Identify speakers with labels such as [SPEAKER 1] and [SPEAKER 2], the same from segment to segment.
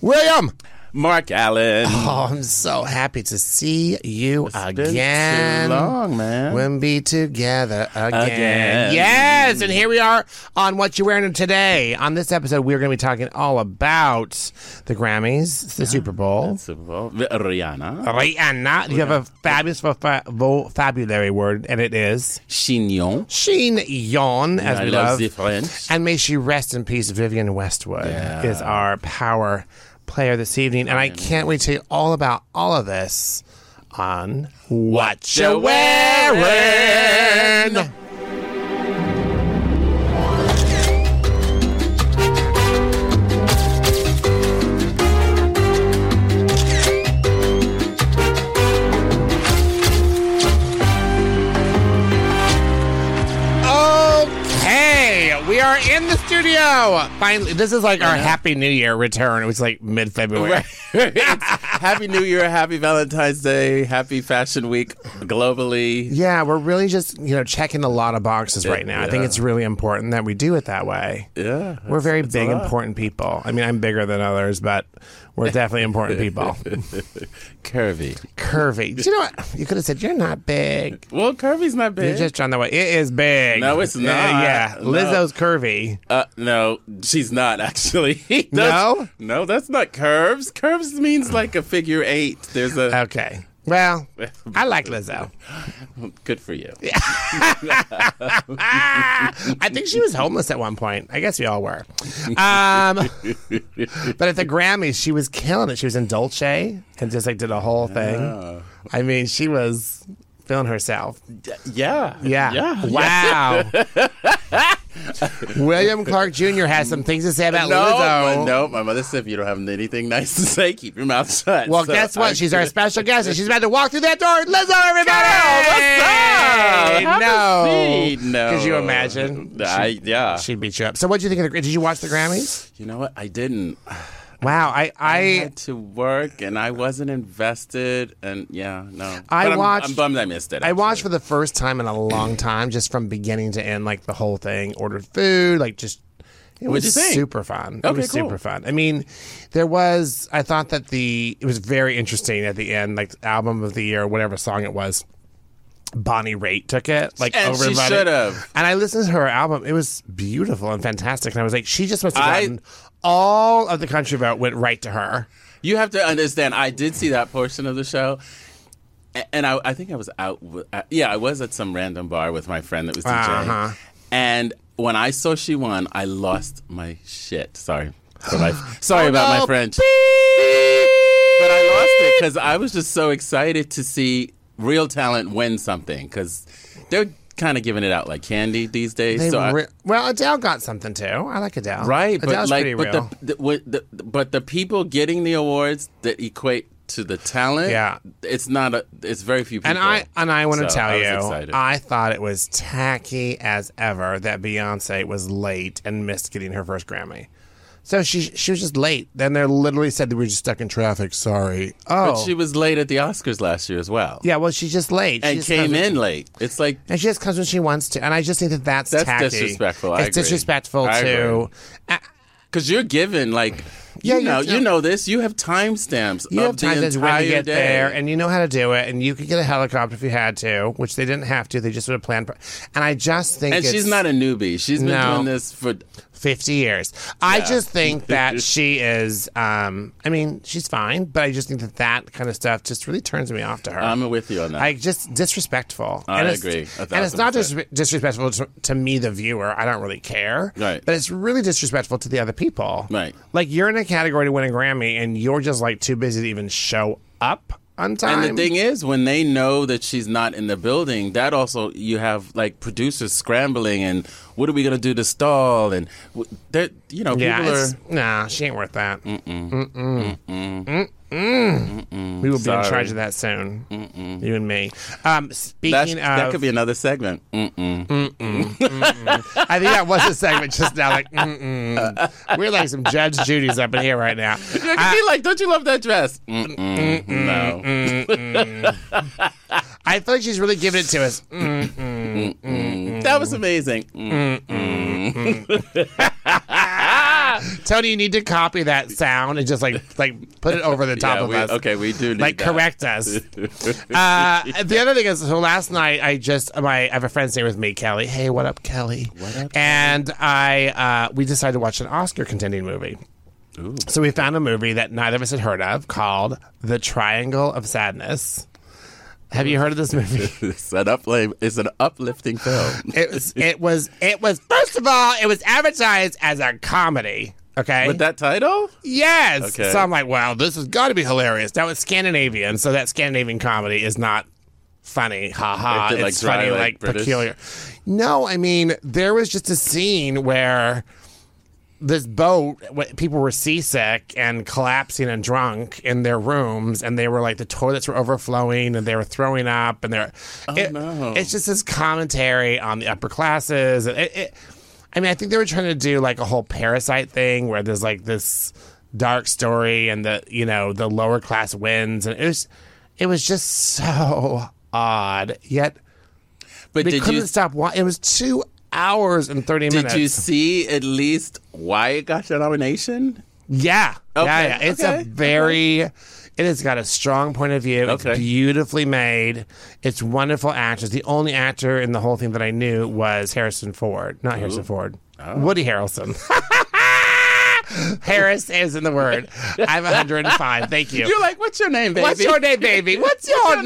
[SPEAKER 1] William.
[SPEAKER 2] Mark Allen.
[SPEAKER 1] Oh, I'm so happy to see you
[SPEAKER 2] been
[SPEAKER 1] again.
[SPEAKER 2] too long, man.
[SPEAKER 1] We'll be together again.
[SPEAKER 2] Again.
[SPEAKER 1] Yes, and here we are on What You're Wearing Today. On this episode, we're going to be talking all about the Grammys, the Super Bowl.
[SPEAKER 2] That's about- Rihanna.
[SPEAKER 1] Rihanna, you have a fabulous fa- vocabulary word, and it is
[SPEAKER 2] Chignon.
[SPEAKER 1] Sheen Yon, as
[SPEAKER 2] I
[SPEAKER 1] we
[SPEAKER 2] love
[SPEAKER 1] love.
[SPEAKER 2] the French.
[SPEAKER 1] And may she rest in peace. Vivian Westwood is our power player this evening. And I can't wait to tell you all about all of this on What You Wearing. Okay, we are in the studio. Finally, this is like our Happy New Year return. It was like mid February.
[SPEAKER 2] happy New Year, happy Valentine's Day, happy Fashion Week globally.
[SPEAKER 1] Yeah, we're really just, you know, checking a lot of boxes right now. I think
[SPEAKER 2] yeah.
[SPEAKER 1] it's really important that we do it that way.
[SPEAKER 2] Yeah.
[SPEAKER 1] We're very big, important people. I mean, I'm bigger than others, but we're definitely important people.
[SPEAKER 2] Curvy.
[SPEAKER 1] Curvy. Do you know what? You could have said, You're not big.
[SPEAKER 2] Well, curvy's not big.
[SPEAKER 1] You're just on the way. It is big.
[SPEAKER 2] No, it's
[SPEAKER 1] Uh,
[SPEAKER 2] not.
[SPEAKER 1] yeah.
[SPEAKER 2] No.
[SPEAKER 1] Lizzo's curvy.
[SPEAKER 2] uh, no, she's not actually. That's-
[SPEAKER 1] No?
[SPEAKER 2] No, that's not curves. Curves means like a figure eight. There's a
[SPEAKER 1] Okay. Well, I like Lizzo.
[SPEAKER 2] good for you.
[SPEAKER 1] Ah, I think she was homeless at one point. I guess we all were. Um, but at the Grammys, she was killing it. She was in Dolce and just like did a whole thing. I mean, she was feeling herself.
[SPEAKER 2] Yeah.
[SPEAKER 1] Yeah.
[SPEAKER 2] Yeah.
[SPEAKER 1] Wow. William Clark Jr. has some things to say about
[SPEAKER 2] No,
[SPEAKER 1] Lizzo.
[SPEAKER 2] my- no, my mother said if you don't have anything nice to say, keep your mouth shut.
[SPEAKER 1] Well,
[SPEAKER 2] So
[SPEAKER 1] guess what?
[SPEAKER 2] I-
[SPEAKER 1] She's our special guest, and she's about to walk through that door. Lizzo, everybody!
[SPEAKER 2] Girl, what's up?
[SPEAKER 1] no,
[SPEAKER 2] Have a seat. No.
[SPEAKER 1] Could you imagine?
[SPEAKER 2] I, yeah.
[SPEAKER 1] She beat you up. So, what did you think of the? Did you watch the Grammys?
[SPEAKER 2] you know what? I didn't.
[SPEAKER 1] Wow, I, I,
[SPEAKER 2] had to work and I wasn't invested and yeah, no.
[SPEAKER 1] I
[SPEAKER 2] But I'm,
[SPEAKER 1] watched-
[SPEAKER 2] I'm bummed I missed it.
[SPEAKER 1] I watched for the first time in a long time, just from beginning to end, like the whole thing. Ordered food, like just. It
[SPEAKER 2] What'd
[SPEAKER 1] was
[SPEAKER 2] you think?
[SPEAKER 1] super fun. it
[SPEAKER 2] Okay,
[SPEAKER 1] was
[SPEAKER 2] cool.
[SPEAKER 1] super fun. I mean, there was. I thought that the it was very interesting at the end, like the album of the year, whatever song it was. Bonnie Raitt took it, like
[SPEAKER 2] And
[SPEAKER 1] over.
[SPEAKER 2] she
[SPEAKER 1] Bonnie-
[SPEAKER 2] should've.
[SPEAKER 1] And I listened to her album. It was beautiful and fantastic. And I was like, she just must have
[SPEAKER 2] I-
[SPEAKER 1] gotten all of the country vote went right to her.
[SPEAKER 2] You have to understand, I did see that portion of the show. a- And I, I think I was out. With, uh, yeah, I was at some random bar with my friend that was DJing.
[SPEAKER 1] Uh-huh.
[SPEAKER 2] And when I saw she won, I lost my shit. Sorry. For my, sorry about
[SPEAKER 1] Oh, no.
[SPEAKER 2] my French. But I lost it because I was just so excited to see real talent win something because they're kind of giving it out like candy these days.
[SPEAKER 1] They
[SPEAKER 2] so I-
[SPEAKER 1] re- well, Adele got something too. I like Adele.
[SPEAKER 2] Right, but
[SPEAKER 1] Adele's
[SPEAKER 2] like,
[SPEAKER 1] pretty
[SPEAKER 2] but
[SPEAKER 1] real.
[SPEAKER 2] The, the, what- the but the people getting the awards that equate to the talent,
[SPEAKER 1] Yeah.
[SPEAKER 2] it's not a, it's very few people.
[SPEAKER 1] And I and I want to
[SPEAKER 2] So
[SPEAKER 1] tell
[SPEAKER 2] I was
[SPEAKER 1] you,
[SPEAKER 2] excited.
[SPEAKER 1] I thought it was tacky as ever that Beyonce was late and missed getting her first Grammy. So she she was just late. Then they literally said that we were just stuck in traffic. Sorry. Oh,
[SPEAKER 2] but she was late at the Oscars last year as well,
[SPEAKER 1] yeah. Well, she's just late. She
[SPEAKER 2] and
[SPEAKER 1] just
[SPEAKER 2] came
[SPEAKER 1] comes-
[SPEAKER 2] in late. It's like
[SPEAKER 1] And she just comes when she wants to. And I just think that that's,
[SPEAKER 2] That's
[SPEAKER 1] tacky.
[SPEAKER 2] disrespectful. I
[SPEAKER 1] It's
[SPEAKER 2] agree.
[SPEAKER 1] disrespectful
[SPEAKER 2] I
[SPEAKER 1] to. Uh,
[SPEAKER 2] because you're given like,
[SPEAKER 1] Yeah,
[SPEAKER 2] you
[SPEAKER 1] you're
[SPEAKER 2] know,
[SPEAKER 1] given-
[SPEAKER 2] you know this. You have timestamps.
[SPEAKER 1] you
[SPEAKER 2] of
[SPEAKER 1] have time
[SPEAKER 2] the
[SPEAKER 1] to
[SPEAKER 2] entire
[SPEAKER 1] when you get
[SPEAKER 2] day.
[SPEAKER 1] there, and you know how to do it, and you could get a helicopter if you had to, which they didn't have to. They just would have planned. pro- And I just think
[SPEAKER 2] And she's
[SPEAKER 1] it's-
[SPEAKER 2] not a newbie. She's been
[SPEAKER 1] No.
[SPEAKER 2] doing this for
[SPEAKER 1] 50 years. I just think that she is, um, I mean, she's fine, but I just think that that kind of stuff just really turns me off to her.
[SPEAKER 2] I'm with you on that.
[SPEAKER 1] I just disrespectful.
[SPEAKER 2] Um, I
[SPEAKER 1] and it's-
[SPEAKER 2] agree, a
[SPEAKER 1] and it's
[SPEAKER 2] thousand
[SPEAKER 1] not dis- disrespectful to, to me, the viewer. I don't really care.
[SPEAKER 2] Right.
[SPEAKER 1] But it's really disrespectful to the other people.
[SPEAKER 2] Right.
[SPEAKER 1] Like you're in a category to win a Grammy, and you're just like too busy to even show up on time.
[SPEAKER 2] And the thing is, when they know that she's not in the building, that also you have like producers scrambling and what are we going to do to stall and w- they're you know
[SPEAKER 1] yeah,
[SPEAKER 2] people are
[SPEAKER 1] it's- nah, she ain't worth that. Mm-mm. Mm-mm. Mm-mm. We will be in
[SPEAKER 2] Sorry.
[SPEAKER 1] charge of that soon. You and me. Um,
[SPEAKER 2] that's,
[SPEAKER 1] speaking
[SPEAKER 2] that
[SPEAKER 1] of,
[SPEAKER 2] could be another segment. Mm. Mm-mm.
[SPEAKER 1] I think that was a segment just now. Like, mm-mm. we're like some Judge Judy's up in here right now.
[SPEAKER 2] It could be like, don't you love that dress? Mm-mm.
[SPEAKER 1] Mm,
[SPEAKER 2] No,
[SPEAKER 1] I feel like she's really giving it to us. Mm.
[SPEAKER 2] that was amazing. Mm.
[SPEAKER 1] Tell Tony, you need to copy that sound and just like like put it over the top
[SPEAKER 2] yeah,
[SPEAKER 1] of
[SPEAKER 2] we,
[SPEAKER 1] us.
[SPEAKER 2] okay, we do need
[SPEAKER 1] Like
[SPEAKER 2] that.
[SPEAKER 1] correct us. uh, the other thing is, so last night I just uh, my I have a friend staying with me, Kelly. Hey, what up, Kelly? What up? And I uh, we decided to watch an Oscar contending movie.
[SPEAKER 2] Ooh.
[SPEAKER 1] So we found a movie that neither of us had heard of called The Triangle of Sadness. Have you heard of this movie?
[SPEAKER 2] It's an upla- It's an uplifting film.
[SPEAKER 1] It was. It was. It was. First of all, it was advertised as a comedy. Okay.
[SPEAKER 2] With that title?
[SPEAKER 1] yes.
[SPEAKER 2] Okay.
[SPEAKER 1] So I'm like, wow, this has got to be hilarious. That was Scandinavian, so that Scandinavian comedy is not funny. Ha ha.
[SPEAKER 2] Is it, like,
[SPEAKER 1] it's
[SPEAKER 2] dry,
[SPEAKER 1] funny,
[SPEAKER 2] like,
[SPEAKER 1] like,
[SPEAKER 2] British?
[SPEAKER 1] peculiar. No, I mean there was just a scene where this boat wh- people were seasick and collapsing and drunk in their rooms and they were like the toilets were overflowing and they were throwing up and they're it-
[SPEAKER 2] Oh, no.
[SPEAKER 1] it's just this commentary on the upper classes and it, it, i mean i think they were trying to do like a whole parasite thing where there's like this dark story and the you know the lower class wins and it was it was just so odd yet
[SPEAKER 2] But
[SPEAKER 1] they
[SPEAKER 2] did
[SPEAKER 1] couldn't
[SPEAKER 2] you
[SPEAKER 1] stop watching it was two hours and 30 minutes
[SPEAKER 2] did you see at least why it got the nomination?
[SPEAKER 1] Yeah.
[SPEAKER 2] Okay,
[SPEAKER 1] Yeah, yeah. It's
[SPEAKER 2] okay,
[SPEAKER 1] a very it has got a strong point of view.
[SPEAKER 2] Okay.
[SPEAKER 1] It's beautifully made. It's wonderful actors. The only actor in the whole thing that I knew was Harrison Ford. Not Harrison Ford.
[SPEAKER 2] Oh.
[SPEAKER 1] Woody Harrelson. Harris is in the word. I'm 105. Thank you.
[SPEAKER 2] You're like, what's your name, baby?
[SPEAKER 1] What's your name, baby? What's your,
[SPEAKER 2] your
[SPEAKER 1] name?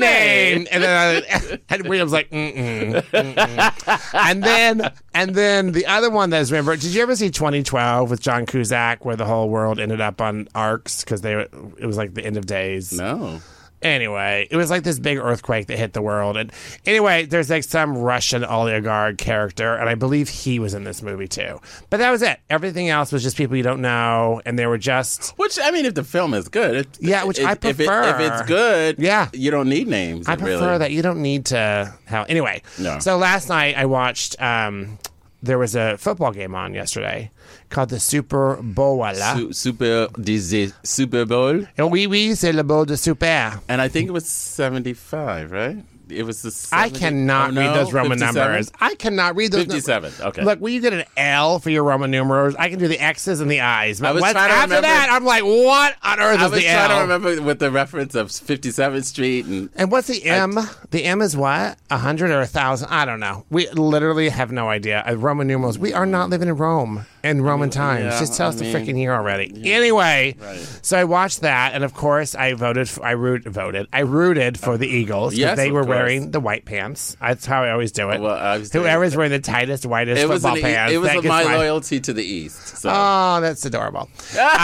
[SPEAKER 2] name?
[SPEAKER 1] And then I, and William's like, mm-mm, mm-mm. and then and then the other one that is remembered. Did you ever see 2012 with John Cusack, where the whole world ended up on arcs because they were- it was like the end of days.
[SPEAKER 2] No.
[SPEAKER 1] Anyway, it was like this big earthquake that hit the world. And anyway, there's like some Russian oligarch character, and I believe he was in this movie too. But that was it. Everything else was just people you don't know, and they were just
[SPEAKER 2] Which I mean, if the film is good, it,
[SPEAKER 1] Yeah, which I
[SPEAKER 2] if it- If,
[SPEAKER 1] prefer.
[SPEAKER 2] it's good,
[SPEAKER 1] Yeah.
[SPEAKER 2] you don't need names.
[SPEAKER 1] I prefer
[SPEAKER 2] really.
[SPEAKER 1] that. You don't need to have anyway.
[SPEAKER 2] No.
[SPEAKER 1] So last night I watched. Um, there was a football game on yesterday called the Super Bowl.
[SPEAKER 2] Su- Super Dizzy- Super Bowl,
[SPEAKER 1] Oh, oui, oui, c'est le Bowl de Super.
[SPEAKER 2] and I think it was seventy-five, right? It was the. 70,
[SPEAKER 1] I cannot
[SPEAKER 2] oh, no,
[SPEAKER 1] read those Roman
[SPEAKER 2] 57?
[SPEAKER 1] numbers. I cannot read those. nu-
[SPEAKER 2] Fifty-seven. Okay.
[SPEAKER 1] Look, will you get an L for your Roman numerals? I can do the X's and the I's. But
[SPEAKER 2] was
[SPEAKER 1] what's
[SPEAKER 2] trying to
[SPEAKER 1] after
[SPEAKER 2] remember-
[SPEAKER 1] that, I'm like, what on earth
[SPEAKER 2] I
[SPEAKER 1] is
[SPEAKER 2] was
[SPEAKER 1] the
[SPEAKER 2] trying
[SPEAKER 1] L?
[SPEAKER 2] to remember with the reference of Fifty-seventh Street and
[SPEAKER 1] And what's the M? the M is what? A hundred or a thousand? I don't know. We literally have no idea. Uh, Roman numerals. We are not living in Rome in Roman times.
[SPEAKER 2] yeah,
[SPEAKER 1] Just tell
[SPEAKER 2] I
[SPEAKER 1] us
[SPEAKER 2] mean-
[SPEAKER 1] the freaking year already. Anyway,
[SPEAKER 2] Right.
[SPEAKER 1] so I watched that, and of course I voted. For, I root, voted. I rooted for the Eagles because
[SPEAKER 2] yes,
[SPEAKER 1] they
[SPEAKER 2] of
[SPEAKER 1] were
[SPEAKER 2] course.
[SPEAKER 1] wearing the white pants. That's how I always do it.
[SPEAKER 2] Well, I was doing-
[SPEAKER 1] Whoever's wearing the tightest, whitest
[SPEAKER 2] it was
[SPEAKER 1] football
[SPEAKER 2] an, E,
[SPEAKER 1] pants.
[SPEAKER 2] it was
[SPEAKER 1] that
[SPEAKER 2] a-
[SPEAKER 1] gets
[SPEAKER 2] my
[SPEAKER 1] my-
[SPEAKER 2] loyalty to the East. So.
[SPEAKER 1] Oh, that's adorable.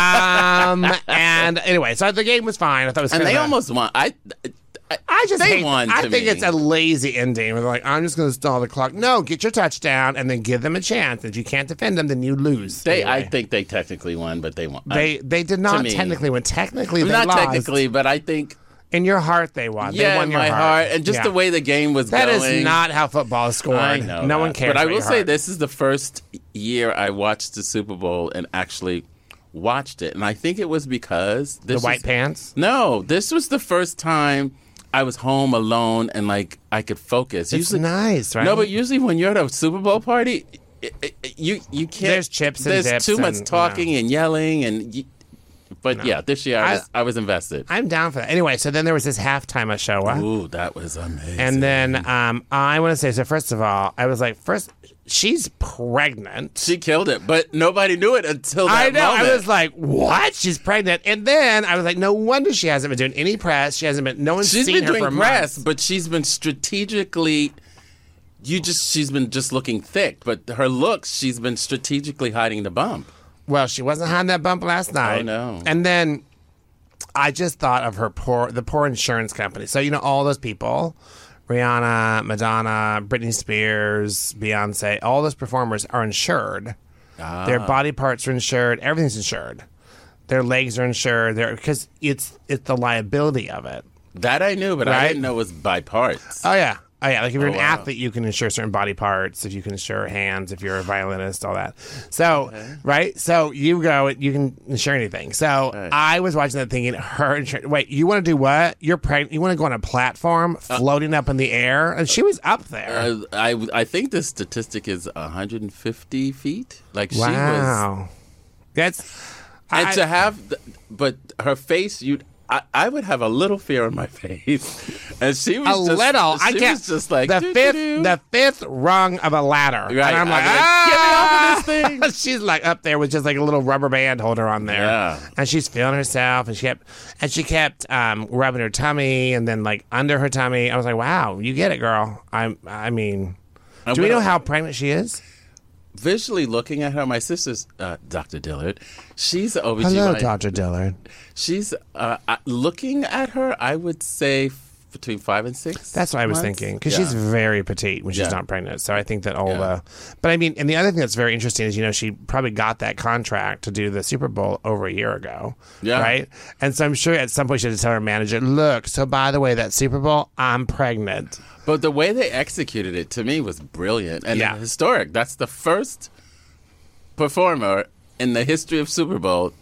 [SPEAKER 1] um, and anyway, so the game was fine. I thought it was
[SPEAKER 2] and
[SPEAKER 1] kind
[SPEAKER 2] they
[SPEAKER 1] of a-
[SPEAKER 2] almost won. I, I,
[SPEAKER 1] I just
[SPEAKER 2] they
[SPEAKER 1] hate,
[SPEAKER 2] won.
[SPEAKER 1] I
[SPEAKER 2] to
[SPEAKER 1] think
[SPEAKER 2] me.
[SPEAKER 1] it's a lazy ending. Where they're like, I'm just going to stall the clock. No, get your touchdown and then give them a chance. If you can't defend them, then you lose.
[SPEAKER 2] They, I
[SPEAKER 1] Anyway.
[SPEAKER 2] think they technically won, but they won.
[SPEAKER 1] they they did not
[SPEAKER 2] me.
[SPEAKER 1] technically win. Technically,
[SPEAKER 2] I,
[SPEAKER 1] they
[SPEAKER 2] not
[SPEAKER 1] lost.
[SPEAKER 2] technically, but I think
[SPEAKER 1] in your heart they won. they
[SPEAKER 2] yeah,
[SPEAKER 1] won
[SPEAKER 2] in
[SPEAKER 1] your
[SPEAKER 2] my
[SPEAKER 1] heart.
[SPEAKER 2] heart, and just
[SPEAKER 1] Yeah.
[SPEAKER 2] the way the game was
[SPEAKER 1] That
[SPEAKER 2] going.
[SPEAKER 1] is not how football is scored.
[SPEAKER 2] I know.
[SPEAKER 1] no one
[SPEAKER 2] that.
[SPEAKER 1] cares.
[SPEAKER 2] But I
[SPEAKER 1] about
[SPEAKER 2] will
[SPEAKER 1] your
[SPEAKER 2] say
[SPEAKER 1] heart.
[SPEAKER 2] this is the first year I watched the Super Bowl and actually watched it, and I think it was because
[SPEAKER 1] the
[SPEAKER 2] this
[SPEAKER 1] white
[SPEAKER 2] was-
[SPEAKER 1] pants.
[SPEAKER 2] No, this was the first time I was home alone and like I could focus.
[SPEAKER 1] It's
[SPEAKER 2] Usually,
[SPEAKER 1] nice, right?
[SPEAKER 2] No, but usually when you're at a Super Bowl party, it, it, it- you you can't.
[SPEAKER 1] There's chips and
[SPEAKER 2] There's
[SPEAKER 1] dips
[SPEAKER 2] too
[SPEAKER 1] and, you
[SPEAKER 2] much
[SPEAKER 1] know.
[SPEAKER 2] talking and yelling and. You, but yeah, this year I was, I, was invested.
[SPEAKER 1] I'm down for that. Anyway, so then there was this halftime Showa.
[SPEAKER 2] Ooh, that was amazing.
[SPEAKER 1] And then um, I want to say so. First of all, I was like, first she's pregnant.
[SPEAKER 2] she killed it, but nobody knew it until that
[SPEAKER 1] I know.
[SPEAKER 2] moment.
[SPEAKER 1] I was like, "What? She's pregnant?" And then I was like, "No wonder she hasn't been doing any press. She hasn't been. No one's
[SPEAKER 2] she's
[SPEAKER 1] seen
[SPEAKER 2] been
[SPEAKER 1] her
[SPEAKER 2] doing
[SPEAKER 1] for
[SPEAKER 2] press,
[SPEAKER 1] months."
[SPEAKER 2] but she's been strategically. You just she's been just looking thick, but her looks she's been strategically hiding the bump.
[SPEAKER 1] Well, she wasn't hiding that bump last night.
[SPEAKER 2] Oh, no.
[SPEAKER 1] And then I just thought of her poor, the poor insurance company. So you know all those people. Rihanna, Madonna, Britney Spears, Beyonce, all those performers are insured. Their
[SPEAKER 2] Ah.
[SPEAKER 1] body parts are insured. Everything's insured. Their legs are insured. Because it's it's the liability of it.
[SPEAKER 2] That I knew, but I
[SPEAKER 1] Right.
[SPEAKER 2] didn't know it was by parts.
[SPEAKER 1] Oh yeah. Oh yeah. Like if you're an
[SPEAKER 2] wow.
[SPEAKER 1] athlete, you can insure certain body parts. If you can insure hands, if you're a violinist, all that. So right. So you go. You can insure anything. So I was watching that thinking, her insurance. Wait, you want to do what? You're pregnant. You want to go on a platform floating up in the air, and she was up there.
[SPEAKER 2] Uh, I I think the statistic is 150 feet. Like she was
[SPEAKER 1] wow. That's
[SPEAKER 2] And
[SPEAKER 1] I-
[SPEAKER 2] to have, the, but her face, you, I, I would have a little fear on my face, and she was
[SPEAKER 1] a
[SPEAKER 2] just,
[SPEAKER 1] little. I
[SPEAKER 2] she
[SPEAKER 1] can't.
[SPEAKER 2] Was just like
[SPEAKER 1] the fifth,
[SPEAKER 2] "Doo-doo-doo."
[SPEAKER 1] the fifth rung of a ladder. And
[SPEAKER 2] Right,
[SPEAKER 1] I'm
[SPEAKER 2] I'm
[SPEAKER 1] like,
[SPEAKER 2] like, "Get me
[SPEAKER 1] ah!
[SPEAKER 2] off of this thing."
[SPEAKER 1] she's like up there with just like a little rubber band holder on there,
[SPEAKER 2] Yeah.
[SPEAKER 1] and she's feeling herself, and she kept, and she kept um, rubbing her tummy, and then like under her tummy. I was like, wow, you get it, girl. I, I mean,
[SPEAKER 2] I
[SPEAKER 1] do we
[SPEAKER 2] will-
[SPEAKER 1] know how pregnant she is?
[SPEAKER 2] visually looking at her, my sister's uh, Dr. Dillard. She's an OBGYN.
[SPEAKER 1] Hello, Doctor Dillard.
[SPEAKER 2] She's uh, uh, looking at her. I would say f- between five and six.
[SPEAKER 1] That's what I was
[SPEAKER 2] months.
[SPEAKER 1] thinking because
[SPEAKER 2] Yeah.
[SPEAKER 1] she's very petite when she's
[SPEAKER 2] Yeah.
[SPEAKER 1] not pregnant. So I think that all the, but I mean, and the other thing that's very interesting is you know she probably got that contract to do the Super Bowl over a year ago,
[SPEAKER 2] Yeah.
[SPEAKER 1] right? And so I'm sure at some point she had to tell her manager, "Look, so by the way, that Super Bowl, I'm pregnant."
[SPEAKER 2] But the way they executed it to me was brilliant and
[SPEAKER 1] Yeah.
[SPEAKER 2] historic. That's the first performer in the history of Super Bowl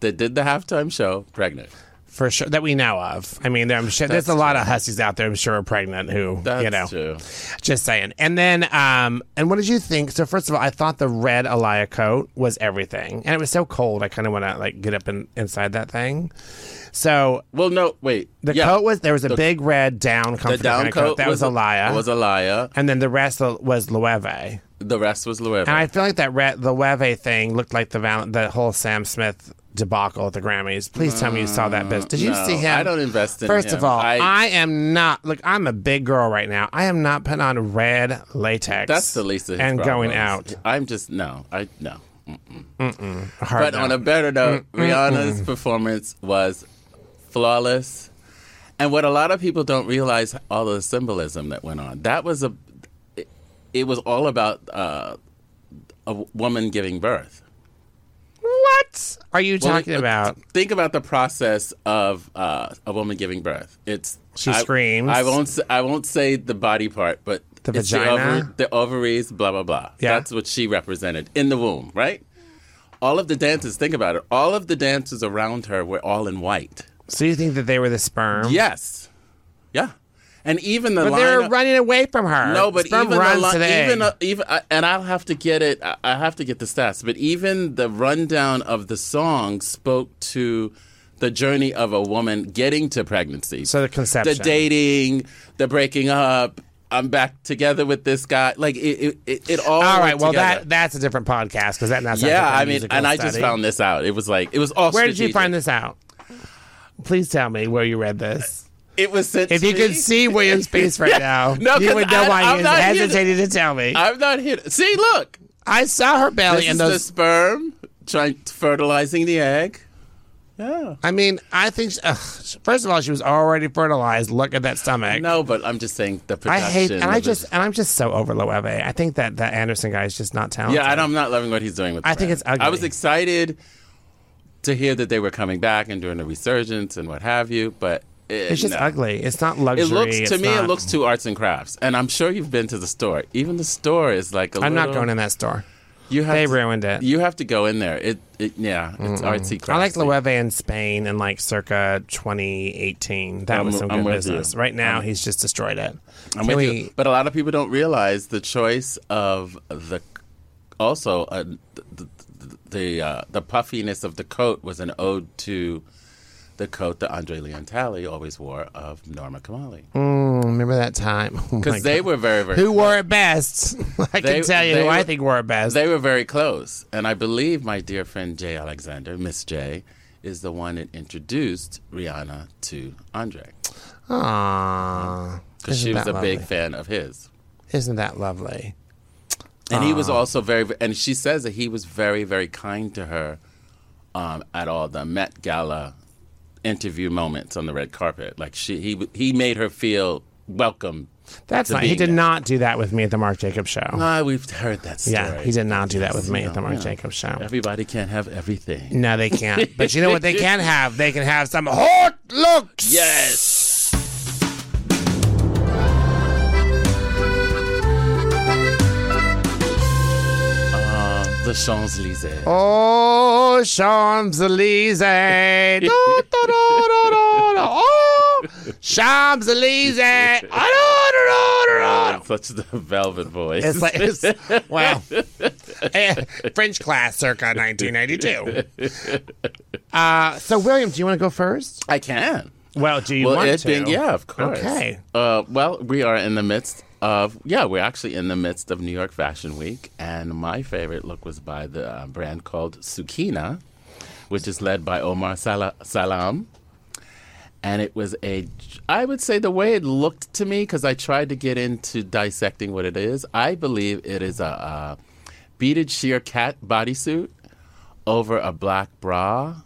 [SPEAKER 2] that did the halftime show pregnant.
[SPEAKER 1] For sure, that we know of. I mean, there- I'm sure there's
[SPEAKER 2] That's
[SPEAKER 1] a lot of hussies out there. I'm sure are pregnant who
[SPEAKER 2] That's
[SPEAKER 1] you know.
[SPEAKER 2] true.
[SPEAKER 1] Just saying. And then, um, and what did you think? So first of all, I thought the red Alaya coat was everything, and it was so cold. I kind of want to like get up in, inside that thing. So
[SPEAKER 2] Well, no, wait.
[SPEAKER 1] the
[SPEAKER 2] Yeah,
[SPEAKER 1] coat was there was a big red down
[SPEAKER 2] the
[SPEAKER 1] comforter
[SPEAKER 2] down
[SPEAKER 1] kinda
[SPEAKER 2] coat,
[SPEAKER 1] That was, Alaya,
[SPEAKER 2] Was Alaya.
[SPEAKER 1] and then the rest l- was Loewe.
[SPEAKER 2] The rest was Lueva.
[SPEAKER 1] And I feel like that red Loewe thing looked like the val- the whole Sam Smith debacle at the Grammys. Please tell me you saw that business. Did you
[SPEAKER 2] no,
[SPEAKER 1] see him?
[SPEAKER 2] I don't invest in
[SPEAKER 1] First of
[SPEAKER 2] him.
[SPEAKER 1] all, I,
[SPEAKER 2] I-
[SPEAKER 1] am not. Look, I'm a big girl right now. I am not putting on red latex.
[SPEAKER 2] That's the least of his
[SPEAKER 1] and going out.
[SPEAKER 2] problems. I'm just no, I no.
[SPEAKER 1] Hard
[SPEAKER 2] But
[SPEAKER 1] no.
[SPEAKER 2] on a better note, Rihanna's performance was flawless, and what a lot of people don't realize all of the symbolism that went on. That was a, it, it was all about uh, a woman giving birth.
[SPEAKER 1] what are you
[SPEAKER 2] Well,
[SPEAKER 1] talking
[SPEAKER 2] uh,
[SPEAKER 1] about?
[SPEAKER 2] Think about the process of uh, a woman giving birth. It's
[SPEAKER 1] She
[SPEAKER 2] I-
[SPEAKER 1] screams.
[SPEAKER 2] I won't. s- I won't say the body part, but
[SPEAKER 1] The
[SPEAKER 2] it's
[SPEAKER 1] vagina?
[SPEAKER 2] the, ovaries, blah blah blah.
[SPEAKER 1] Yeah.
[SPEAKER 2] That's what she represented in the womb, right? All of the dancers. Think about it. All of the dancers around her were all in white.
[SPEAKER 1] So you think that they were the sperm?
[SPEAKER 2] Yes. Yeah. And even the
[SPEAKER 1] But
[SPEAKER 2] line.
[SPEAKER 1] they were running away from her.
[SPEAKER 2] No, but
[SPEAKER 1] sperm
[SPEAKER 2] even the
[SPEAKER 1] runs
[SPEAKER 2] li-
[SPEAKER 1] to the egg.
[SPEAKER 2] even a- even I- and I'll have to get it. I- I have to get the stats, but even the rundown of the song spoke to the journey of a woman getting to pregnancy.
[SPEAKER 1] So the conception.
[SPEAKER 2] the dating, the breaking up. I'm back together with this guy. Like it, it, it, it all.
[SPEAKER 1] All right.
[SPEAKER 2] went
[SPEAKER 1] Well,
[SPEAKER 2] together.
[SPEAKER 1] that that's a different podcast because that not
[SPEAKER 2] Yeah, I mean, and I just found this out. It was like it was all.
[SPEAKER 1] Where did you
[SPEAKER 2] strategic.
[SPEAKER 1] find this out? Please tell me where you read this.
[SPEAKER 2] It was sent.
[SPEAKER 1] If
[SPEAKER 2] to
[SPEAKER 1] you could
[SPEAKER 2] me.
[SPEAKER 1] see William's face right now,
[SPEAKER 2] No,
[SPEAKER 1] you
[SPEAKER 2] 'cause
[SPEAKER 1] would know
[SPEAKER 2] I-
[SPEAKER 1] why
[SPEAKER 2] I'm
[SPEAKER 1] he is
[SPEAKER 2] not here to-
[SPEAKER 1] hesitating to tell me. I,
[SPEAKER 2] I'm not here. See, look,
[SPEAKER 1] saw her belly
[SPEAKER 2] this is
[SPEAKER 1] and
[SPEAKER 2] the
[SPEAKER 1] those.
[SPEAKER 2] sperm trying fertilizing the egg. Yeah.
[SPEAKER 1] I mean, I think ugh, first of all, she was already fertilized. Look at that stomach.
[SPEAKER 2] No, but I'm just saying the
[SPEAKER 1] I
[SPEAKER 2] production.
[SPEAKER 1] hate, and I
[SPEAKER 2] of it-
[SPEAKER 1] just, and I'm just so over Loewe. I think that that Anderson guy is just not talented.
[SPEAKER 2] yeah, I don't- I'm not loving what he's doing with. the
[SPEAKER 1] I think
[SPEAKER 2] brand.
[SPEAKER 1] it's ugly.
[SPEAKER 2] I was excited to hear that they were coming back and doing a resurgence and what have you, but it,
[SPEAKER 1] It's just
[SPEAKER 2] no.
[SPEAKER 1] ugly. It's not luxury.
[SPEAKER 2] It looks to
[SPEAKER 1] It's
[SPEAKER 2] me,
[SPEAKER 1] not-
[SPEAKER 2] it looks too arts and crafts, and I'm sure you've been to the store. Even the store is like a
[SPEAKER 1] I'm
[SPEAKER 2] little,
[SPEAKER 1] not going in that store.
[SPEAKER 2] You have
[SPEAKER 1] They
[SPEAKER 2] to,
[SPEAKER 1] ruined it.
[SPEAKER 2] You have to go in there. It, it yeah, it's artsy. Craftsy.
[SPEAKER 1] I like Loewe in Spain in like circa 2018. That
[SPEAKER 2] I'm-
[SPEAKER 1] was some
[SPEAKER 2] I'm
[SPEAKER 1] good
[SPEAKER 2] with
[SPEAKER 1] business.
[SPEAKER 2] you.
[SPEAKER 1] Right now, he's just destroyed it. Can
[SPEAKER 2] I'm with
[SPEAKER 1] we-
[SPEAKER 2] you. But a lot of people don't realize the choice of the also uh, the the, the, uh, the puffiness of the coat was an ode to the coat that Andre Leontali always wore of Norma Kamali
[SPEAKER 1] Remember that time? Oh my
[SPEAKER 2] because they
[SPEAKER 1] God.
[SPEAKER 2] were very very
[SPEAKER 1] Mm. who wore it best? I
[SPEAKER 2] They-
[SPEAKER 1] can tell you who
[SPEAKER 2] they
[SPEAKER 1] I
[SPEAKER 2] were-
[SPEAKER 1] think wore it best.
[SPEAKER 2] they were very close, and I believe my dear friend Jay Alexander, Miss Jay, is the one that introduced Rihanna to Andre
[SPEAKER 1] Aww,
[SPEAKER 2] because she was a big fan of his.
[SPEAKER 1] Isn't that lovely?
[SPEAKER 2] And he was also very, and she says that he was very, very kind to her um, at all the Met Gala interview moments on the red carpet. Like she, he, w- he made her feel welcome.
[SPEAKER 1] That's
[SPEAKER 2] to
[SPEAKER 1] not. He
[SPEAKER 2] being
[SPEAKER 1] did
[SPEAKER 2] there.
[SPEAKER 1] not do that with me at the Mark Jacobs show.
[SPEAKER 2] Ah, we've heard that story.
[SPEAKER 1] yeah, he did not do that with me
[SPEAKER 2] You
[SPEAKER 1] at the
[SPEAKER 2] know,
[SPEAKER 1] Mark
[SPEAKER 2] yeah.
[SPEAKER 1] Jacobs show.
[SPEAKER 2] Everybody can't have everything.
[SPEAKER 1] No, they can't. But you know what they can have? They can have some hot looks.
[SPEAKER 2] Yes. Ah, the Champs Elysees.
[SPEAKER 1] Oh, Champs Elysees. Oh, Ah, Champs Elysees.
[SPEAKER 2] Such the velvet voice.
[SPEAKER 1] It's like, it's, wow. Eh, French class circa 1992. Uh, so, William, do you want to go first?
[SPEAKER 2] I can.
[SPEAKER 1] Well, do you
[SPEAKER 2] well,
[SPEAKER 1] want
[SPEAKER 2] it's
[SPEAKER 1] to?
[SPEAKER 2] been yeah, of course.
[SPEAKER 1] Okay.
[SPEAKER 2] Uh, well, we are in the midst of yeah, we're actually in the midst of New York Fashion Week, and my favorite look was by the uh, brand called Sukina, which is led by Omar Sala- Salam. And it was a, I would say the way it looked to me, because I tried to get into dissecting what it is. I believe it is a, uh beaded sheer cat bodysuit over a black bra.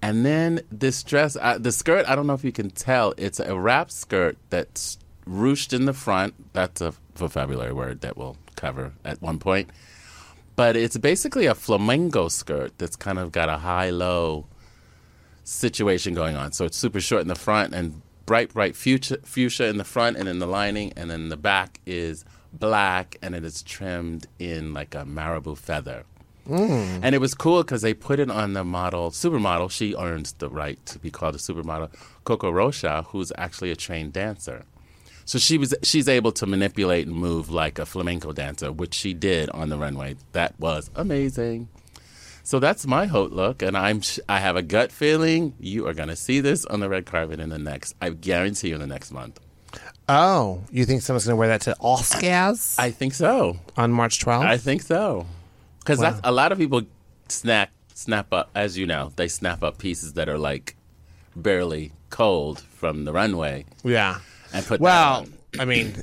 [SPEAKER 2] And then this dress, uh, the skirt, I don't know if you can tell, it's a wrap skirt that's ruched in the front. That's a vocabulary word that we'll cover at one point. But it's basically a flamingo skirt that's kind of got a high low situation going on. So it's super short in the front and bright, bright fuchsia, fuchsia in the front and in the lining. And then the back is black and it is trimmed in like a marabou feather. And it was cool because they put it on the model, supermodel. She earns the right to be called a supermodel, Coco Rocha, who's actually a trained dancer. So she was she's able to manipulate and move like a flamenco dancer, which she did on the runway. That was amazing. So that's my hot look, and I'm sh- I have a gut feeling you are gonna see this on the red carpet in the next. I guarantee you in the next month.
[SPEAKER 1] Oh, you think someone's going to wear that to Oscars
[SPEAKER 2] I think so.
[SPEAKER 1] on March 12th?
[SPEAKER 2] I think so. Because a lot of people snack, snap up, as you know, they snap up pieces that are like barely cold from the runway
[SPEAKER 1] yeah. Um,
[SPEAKER 2] and put
[SPEAKER 1] Well,
[SPEAKER 2] that on.
[SPEAKER 1] I mean,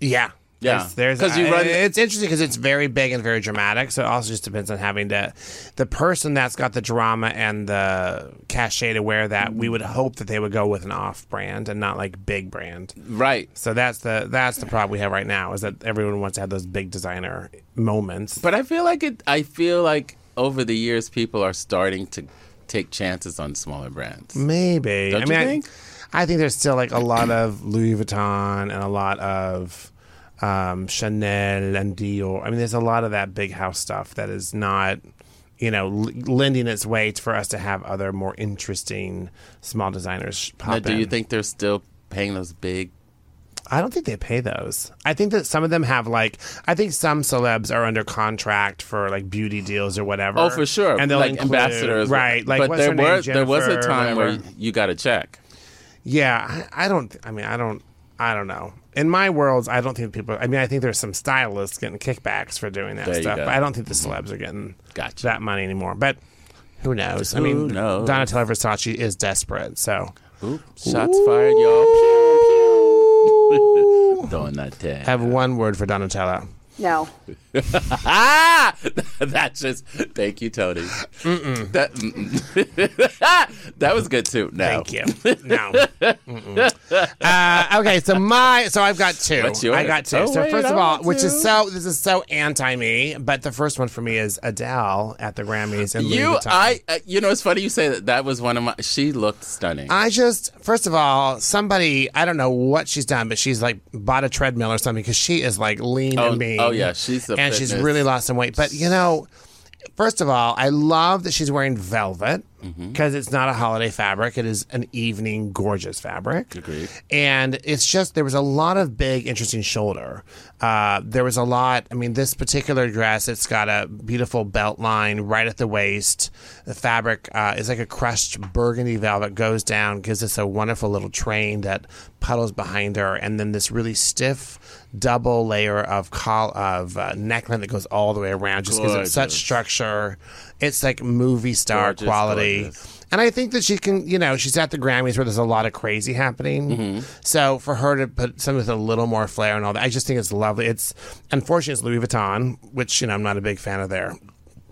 [SPEAKER 1] yeah.
[SPEAKER 2] Yeah.
[SPEAKER 1] There's, there's
[SPEAKER 2] 'Cause you
[SPEAKER 1] I-
[SPEAKER 2] run-
[SPEAKER 1] it's interesting because it's very big and very dramatic. So it also just depends on having to, the person that's got the drama and the cachet to wear that. We would hope that they would go with an off brand and not like big brand.
[SPEAKER 2] Right.
[SPEAKER 1] So that's the that's the problem we have right now is that everyone wants to have those big designer moments.
[SPEAKER 2] But I feel like it, I feel like over the years, people are starting to take chances on smaller brands.
[SPEAKER 1] Maybe.
[SPEAKER 2] Don't
[SPEAKER 1] I
[SPEAKER 2] you
[SPEAKER 1] mean, I-
[SPEAKER 2] think?
[SPEAKER 1] I, think there's still like a lot of Louis Vuitton and a lot of um, Chanel and Dior. I mean, there's a lot of that big house stuff that is not, you know, l- lending its way for us to have other more interesting small designers pop
[SPEAKER 2] Now, do you
[SPEAKER 1] in.
[SPEAKER 2] think they're still paying those big?
[SPEAKER 1] I don't think they pay those. I think that some of them have like I think some celebs are under contract for like beauty deals or whatever.
[SPEAKER 2] Oh, for sure.
[SPEAKER 1] And they'll
[SPEAKER 2] like
[SPEAKER 1] include-
[SPEAKER 2] ambassadors,
[SPEAKER 1] right? Like,
[SPEAKER 2] but
[SPEAKER 1] what's
[SPEAKER 2] there
[SPEAKER 1] her name,
[SPEAKER 2] was there was a
[SPEAKER 1] Jennifer,
[SPEAKER 2] time
[SPEAKER 1] whatever.
[SPEAKER 2] where you got a check.
[SPEAKER 1] Yeah, I, I don't. I mean, I don't. I don't know. In my worlds, I don't think people. I mean, I think there's some stylists getting kickbacks for doing that
[SPEAKER 2] There you
[SPEAKER 1] stuff,
[SPEAKER 2] go. Mm-hmm.
[SPEAKER 1] but I don't think the celebs are getting
[SPEAKER 2] Gotcha.
[SPEAKER 1] that money anymore. But who knows? I
[SPEAKER 2] Who
[SPEAKER 1] mean,
[SPEAKER 2] knows?
[SPEAKER 1] Donatella Versace is desperate, so
[SPEAKER 2] Oop, shots fired, y'all. Pew, pew. Donatella.
[SPEAKER 1] I have one word for Donatella.
[SPEAKER 3] No.
[SPEAKER 2] Ah, that's just thank you, Tony. That mm-mm. that was good too. No,
[SPEAKER 1] Thank you. Oh. No. Mm-mm. uh, okay, so my so I've got two.
[SPEAKER 2] What's yours?
[SPEAKER 1] I got two.
[SPEAKER 2] Oh,
[SPEAKER 1] so
[SPEAKER 2] wait,
[SPEAKER 1] first
[SPEAKER 2] I
[SPEAKER 1] of all,
[SPEAKER 2] want
[SPEAKER 1] which
[SPEAKER 2] two.
[SPEAKER 1] is so this is so anti me, but the first one for me is Adele at the Grammys and
[SPEAKER 2] You,
[SPEAKER 1] Louis Vuitton.
[SPEAKER 2] I, uh, you know, it's funny you say that. That was one of my. She looked stunning.
[SPEAKER 1] I just, first of all, somebody, I don't know what she's done, but she's like bought a treadmill or something because she is like lean
[SPEAKER 2] Oh,
[SPEAKER 1] and mean.
[SPEAKER 2] oh, yeah, she's a
[SPEAKER 1] And she's
[SPEAKER 2] fitness-
[SPEAKER 1] really lost some weight. But, you know, first of all, I love that she's wearing velvet because it's not a holiday fabric. It is an evening, gorgeous fabric.
[SPEAKER 2] Agreed.
[SPEAKER 1] And it's just, there was a lot of big, interesting shoulder. Uh, there was a lot, I mean, this particular dress, it's got a beautiful belt line right at the waist. The fabric uh, is like a crushed burgundy velvet, goes down, gives us a wonderful little train that puddles behind her. And then this really stiff double layer of col- of uh, neckline that goes all the way around, just gives it such
[SPEAKER 2] Gorgeous.
[SPEAKER 1] structure. It's like movie star
[SPEAKER 2] Gorgeous,
[SPEAKER 1] quality.
[SPEAKER 2] gorgeous.
[SPEAKER 1] And I think that she can, you know, she's at the Grammys where there's a lot of crazy happening.
[SPEAKER 2] Mm-hmm.
[SPEAKER 1] So for her to put something with a little more flair and all that, I just think it's lovely. It's unfortunately it's Louis Vuitton, which you know I'm not a big fan of their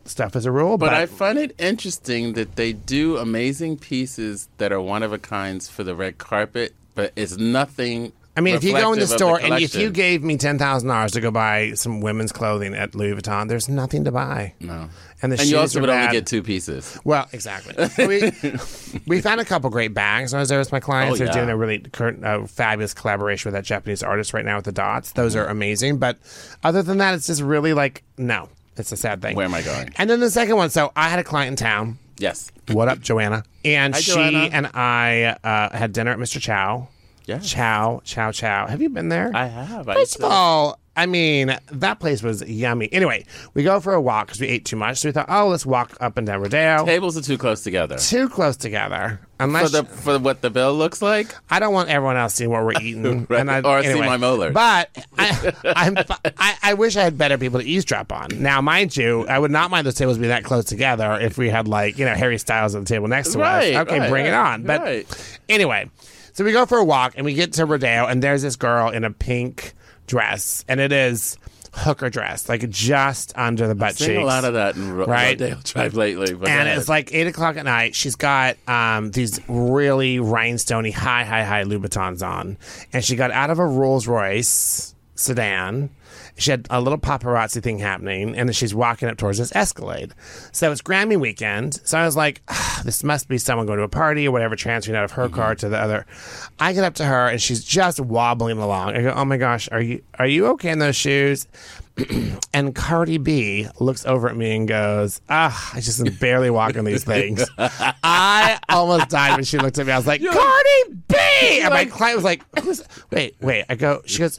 [SPEAKER 1] stuff as a rule, but,
[SPEAKER 2] but I find it interesting that they do amazing pieces that are one of a kinds for the red carpet, but it's nothing.
[SPEAKER 1] I mean, if you go in the
[SPEAKER 2] reflective of
[SPEAKER 1] store and if you
[SPEAKER 2] collection.
[SPEAKER 1] gave me ten thousand dollars to go buy some women's clothing at Louis Vuitton, there's nothing to buy.
[SPEAKER 2] no,
[SPEAKER 1] And the
[SPEAKER 2] and
[SPEAKER 1] shoes
[SPEAKER 2] you also
[SPEAKER 1] are
[SPEAKER 2] would
[SPEAKER 1] bad.
[SPEAKER 2] only get two pieces.
[SPEAKER 1] Well, exactly. We, we found a couple great bags. When I was there with my clients.
[SPEAKER 2] Oh,
[SPEAKER 1] They're
[SPEAKER 2] yeah.
[SPEAKER 1] doing a really cur- uh, fabulous collaboration with that Japanese artist right now with the dots. Those
[SPEAKER 2] Mm-hmm.
[SPEAKER 1] are amazing. But other than that, it's just really like, no, it's a sad thing.
[SPEAKER 2] Where am I going?
[SPEAKER 1] And then the second one. So I had a client in town.
[SPEAKER 2] Yes,
[SPEAKER 1] What up, Joanna? And
[SPEAKER 2] Hi,
[SPEAKER 1] she
[SPEAKER 2] Joanna.
[SPEAKER 1] and I uh, had dinner at Mr. Chow.
[SPEAKER 2] Yes.
[SPEAKER 1] Chow, Chow, Chow. Have you been there?
[SPEAKER 2] I have. I
[SPEAKER 1] First of all, I mean, that place was yummy. Anyway, we go for a walk because we ate too much. So we thought, oh, let's walk up and down Rodeo.
[SPEAKER 2] Tables are too close together.
[SPEAKER 1] Too close together.
[SPEAKER 2] For
[SPEAKER 1] Unless
[SPEAKER 2] the for what the bill looks like,
[SPEAKER 1] I don't want everyone else seeing what we're eating,
[SPEAKER 2] Right.
[SPEAKER 1] I,
[SPEAKER 2] Or see my molars.
[SPEAKER 1] But I, I'm, I, I wish I had better people to eavesdrop on. Now, mind you, I would not mind those tables being that close together if we had like you know Harry Styles at the table next to
[SPEAKER 2] Right,
[SPEAKER 1] us. Okay,
[SPEAKER 2] right,
[SPEAKER 1] bring it
[SPEAKER 2] right,
[SPEAKER 1] on. But
[SPEAKER 2] right.
[SPEAKER 1] anyway, so we go for a walk and we get to Rodeo, and there's this girl in a pink dress, and it is hooker dress, like just under the butt
[SPEAKER 2] seeing
[SPEAKER 1] cheeks
[SPEAKER 2] a lot of that in Ro-
[SPEAKER 1] Right.
[SPEAKER 2] Rodale Drive lately. But
[SPEAKER 1] and
[SPEAKER 2] uh,
[SPEAKER 1] it's like eight o'clock at night. She's got um, these really rhinestoney, high, high, high Louboutins on, and she got out of a Rolls Royce sedan. She had a little paparazzi thing happening, and then she's walking up towards this Escalade. So it's Grammy weekend. So I was like, "Ah, this must be someone going to a party or whatever, transferring out of her car to the other. I get up to her, and she's just wobbling along. I go, oh my gosh, are you are you okay in those shoes? And Cardi B looks over at me and goes, Ah, I just am barely walking these things. I almost died when she looked at me. I was like, Cardi B! And my client was like, Who's wait, wait. I go, she goes,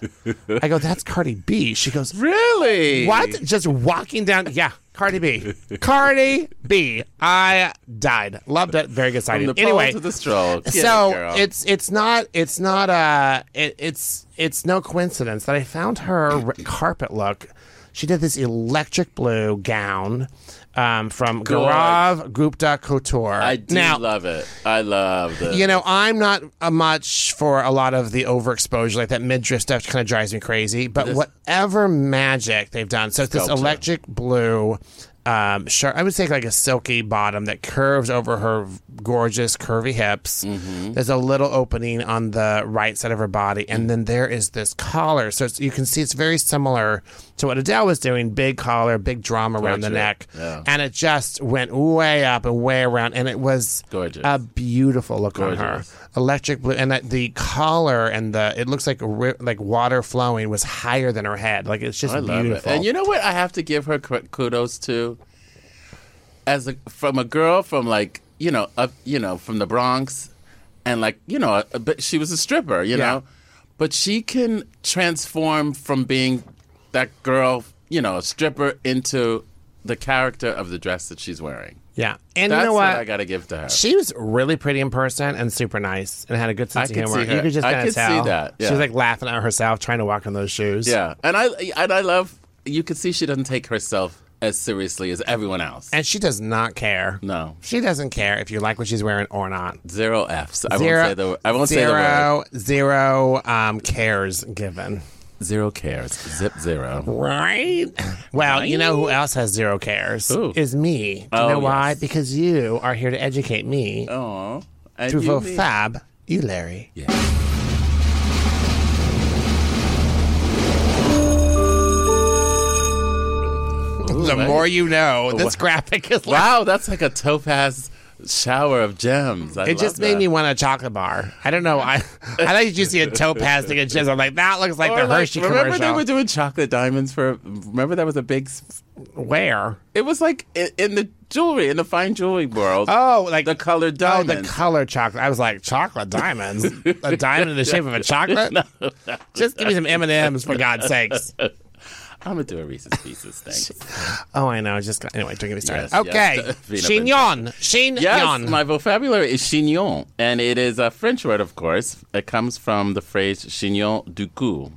[SPEAKER 1] I go, that's Cardi B. She goes,
[SPEAKER 2] really
[SPEAKER 1] What? Just walking down yeah, Cardi B. Cardi B. I died. Loved it. Very good
[SPEAKER 2] From
[SPEAKER 1] sighting.
[SPEAKER 2] the pole
[SPEAKER 1] anyway,
[SPEAKER 2] to the stroll. Get it,
[SPEAKER 1] so
[SPEAKER 2] girl.
[SPEAKER 1] it's it's not it's not uh it, it's it's no coincidence that I found her r- carpet look. She did this electric blue gown um, from Gaurav Gupta Couture.
[SPEAKER 2] I do
[SPEAKER 1] now,
[SPEAKER 2] love it. I love the
[SPEAKER 1] you know, I'm not uh, much for a lot of the overexposure, like that midriff stuff kind of drives me crazy. But whatever magic they've done, so it's this
[SPEAKER 2] Sculpture.
[SPEAKER 1] electric blue um, shirt. I would say like a silky bottom that curves over her v- gorgeous curvy hips.
[SPEAKER 2] Mm-hmm.
[SPEAKER 1] There's a little opening on the right side of her body, and then there is this collar. So it's, you can see it's very similar to what Adele was doing: big collar, big drum around the
[SPEAKER 2] Gotcha.
[SPEAKER 1] neck,
[SPEAKER 2] Yeah.
[SPEAKER 1] and it just went way up and way around, and it was
[SPEAKER 2] Gorgeous.
[SPEAKER 1] a beautiful look on her.
[SPEAKER 2] Gorgeous.
[SPEAKER 1] Electric blue, and that the collar and the it looks like a ri- like water flowing was higher than her head. Like it's just
[SPEAKER 2] I love
[SPEAKER 1] beautiful.
[SPEAKER 2] it. And you know what? I have to give her cr- kudos to, as a, from a girl from like you know up you know from the Bronx, and like you know, uh, but she was a stripper, you
[SPEAKER 1] Yeah.
[SPEAKER 2] know, but she can transform from being that girl, you know, a stripper into the character of the dress that she's wearing.
[SPEAKER 1] yeah, and
[SPEAKER 2] That's
[SPEAKER 1] you know
[SPEAKER 2] what?
[SPEAKER 1] what?
[SPEAKER 2] I got to give to her.
[SPEAKER 1] she was really pretty in person and super nice and had a good sense
[SPEAKER 2] I
[SPEAKER 1] of
[SPEAKER 2] could
[SPEAKER 1] humor.
[SPEAKER 2] see her.
[SPEAKER 1] You could just
[SPEAKER 2] I
[SPEAKER 1] kind
[SPEAKER 2] could
[SPEAKER 1] of
[SPEAKER 2] see
[SPEAKER 1] tell
[SPEAKER 2] that,
[SPEAKER 1] she was
[SPEAKER 2] yeah.
[SPEAKER 1] like laughing at herself trying to walk in those shoes.
[SPEAKER 2] yeah, and I and I love you could see she doesn't take herself as seriously as everyone else.
[SPEAKER 1] and she does not care.
[SPEAKER 2] no.
[SPEAKER 1] She doesn't care if you like what she's wearing or not.
[SPEAKER 2] Zero F's. I
[SPEAKER 1] Zero-
[SPEAKER 2] won't say the. I won't say the
[SPEAKER 1] zero,
[SPEAKER 2] word.
[SPEAKER 1] zero, um, cares given.
[SPEAKER 2] Zero cares. Zip zero.
[SPEAKER 1] Right? Well, you know who else has zero cares?
[SPEAKER 2] Who?
[SPEAKER 1] Is me. Do you
[SPEAKER 2] Oh,
[SPEAKER 1] know why?
[SPEAKER 2] yes.
[SPEAKER 1] Because you are here to educate me
[SPEAKER 2] Oh,
[SPEAKER 1] to vote fab you, Larry. the more you know, this graphic is like.
[SPEAKER 2] Wow, that's like a topaz shower of gems. I
[SPEAKER 1] It just
[SPEAKER 2] love
[SPEAKER 1] made
[SPEAKER 2] that.
[SPEAKER 1] me want a chocolate bar. I don't know. I I like you see a topaz thing and chips. I'm like, that looks like
[SPEAKER 2] Or
[SPEAKER 1] the
[SPEAKER 2] like,
[SPEAKER 1] Hershey
[SPEAKER 2] remember they
[SPEAKER 1] commercial.
[SPEAKER 2] were doing chocolate diamonds for. Remember that was a big. s-
[SPEAKER 1] Where?
[SPEAKER 2] It was like in, in the jewelry in the fine jewelry world.
[SPEAKER 1] Oh, like
[SPEAKER 2] the colored
[SPEAKER 1] Oh,
[SPEAKER 2] diamonds.
[SPEAKER 1] the color chocolate. I was like, chocolate diamonds? a diamond in the shape of a chocolate? Just give me some M&Ms, for God's sakes.
[SPEAKER 2] I'm gonna do a Reese's Pieces thing.
[SPEAKER 1] Oh, I know. I Just got, anyway, don't get me started.
[SPEAKER 2] Yes,
[SPEAKER 1] okay,
[SPEAKER 2] yes. Peanut
[SPEAKER 1] chignon, chignon.
[SPEAKER 2] yes, my vocabulary is chignon, and it is a French word, of course. It comes from the phrase chignon du cou,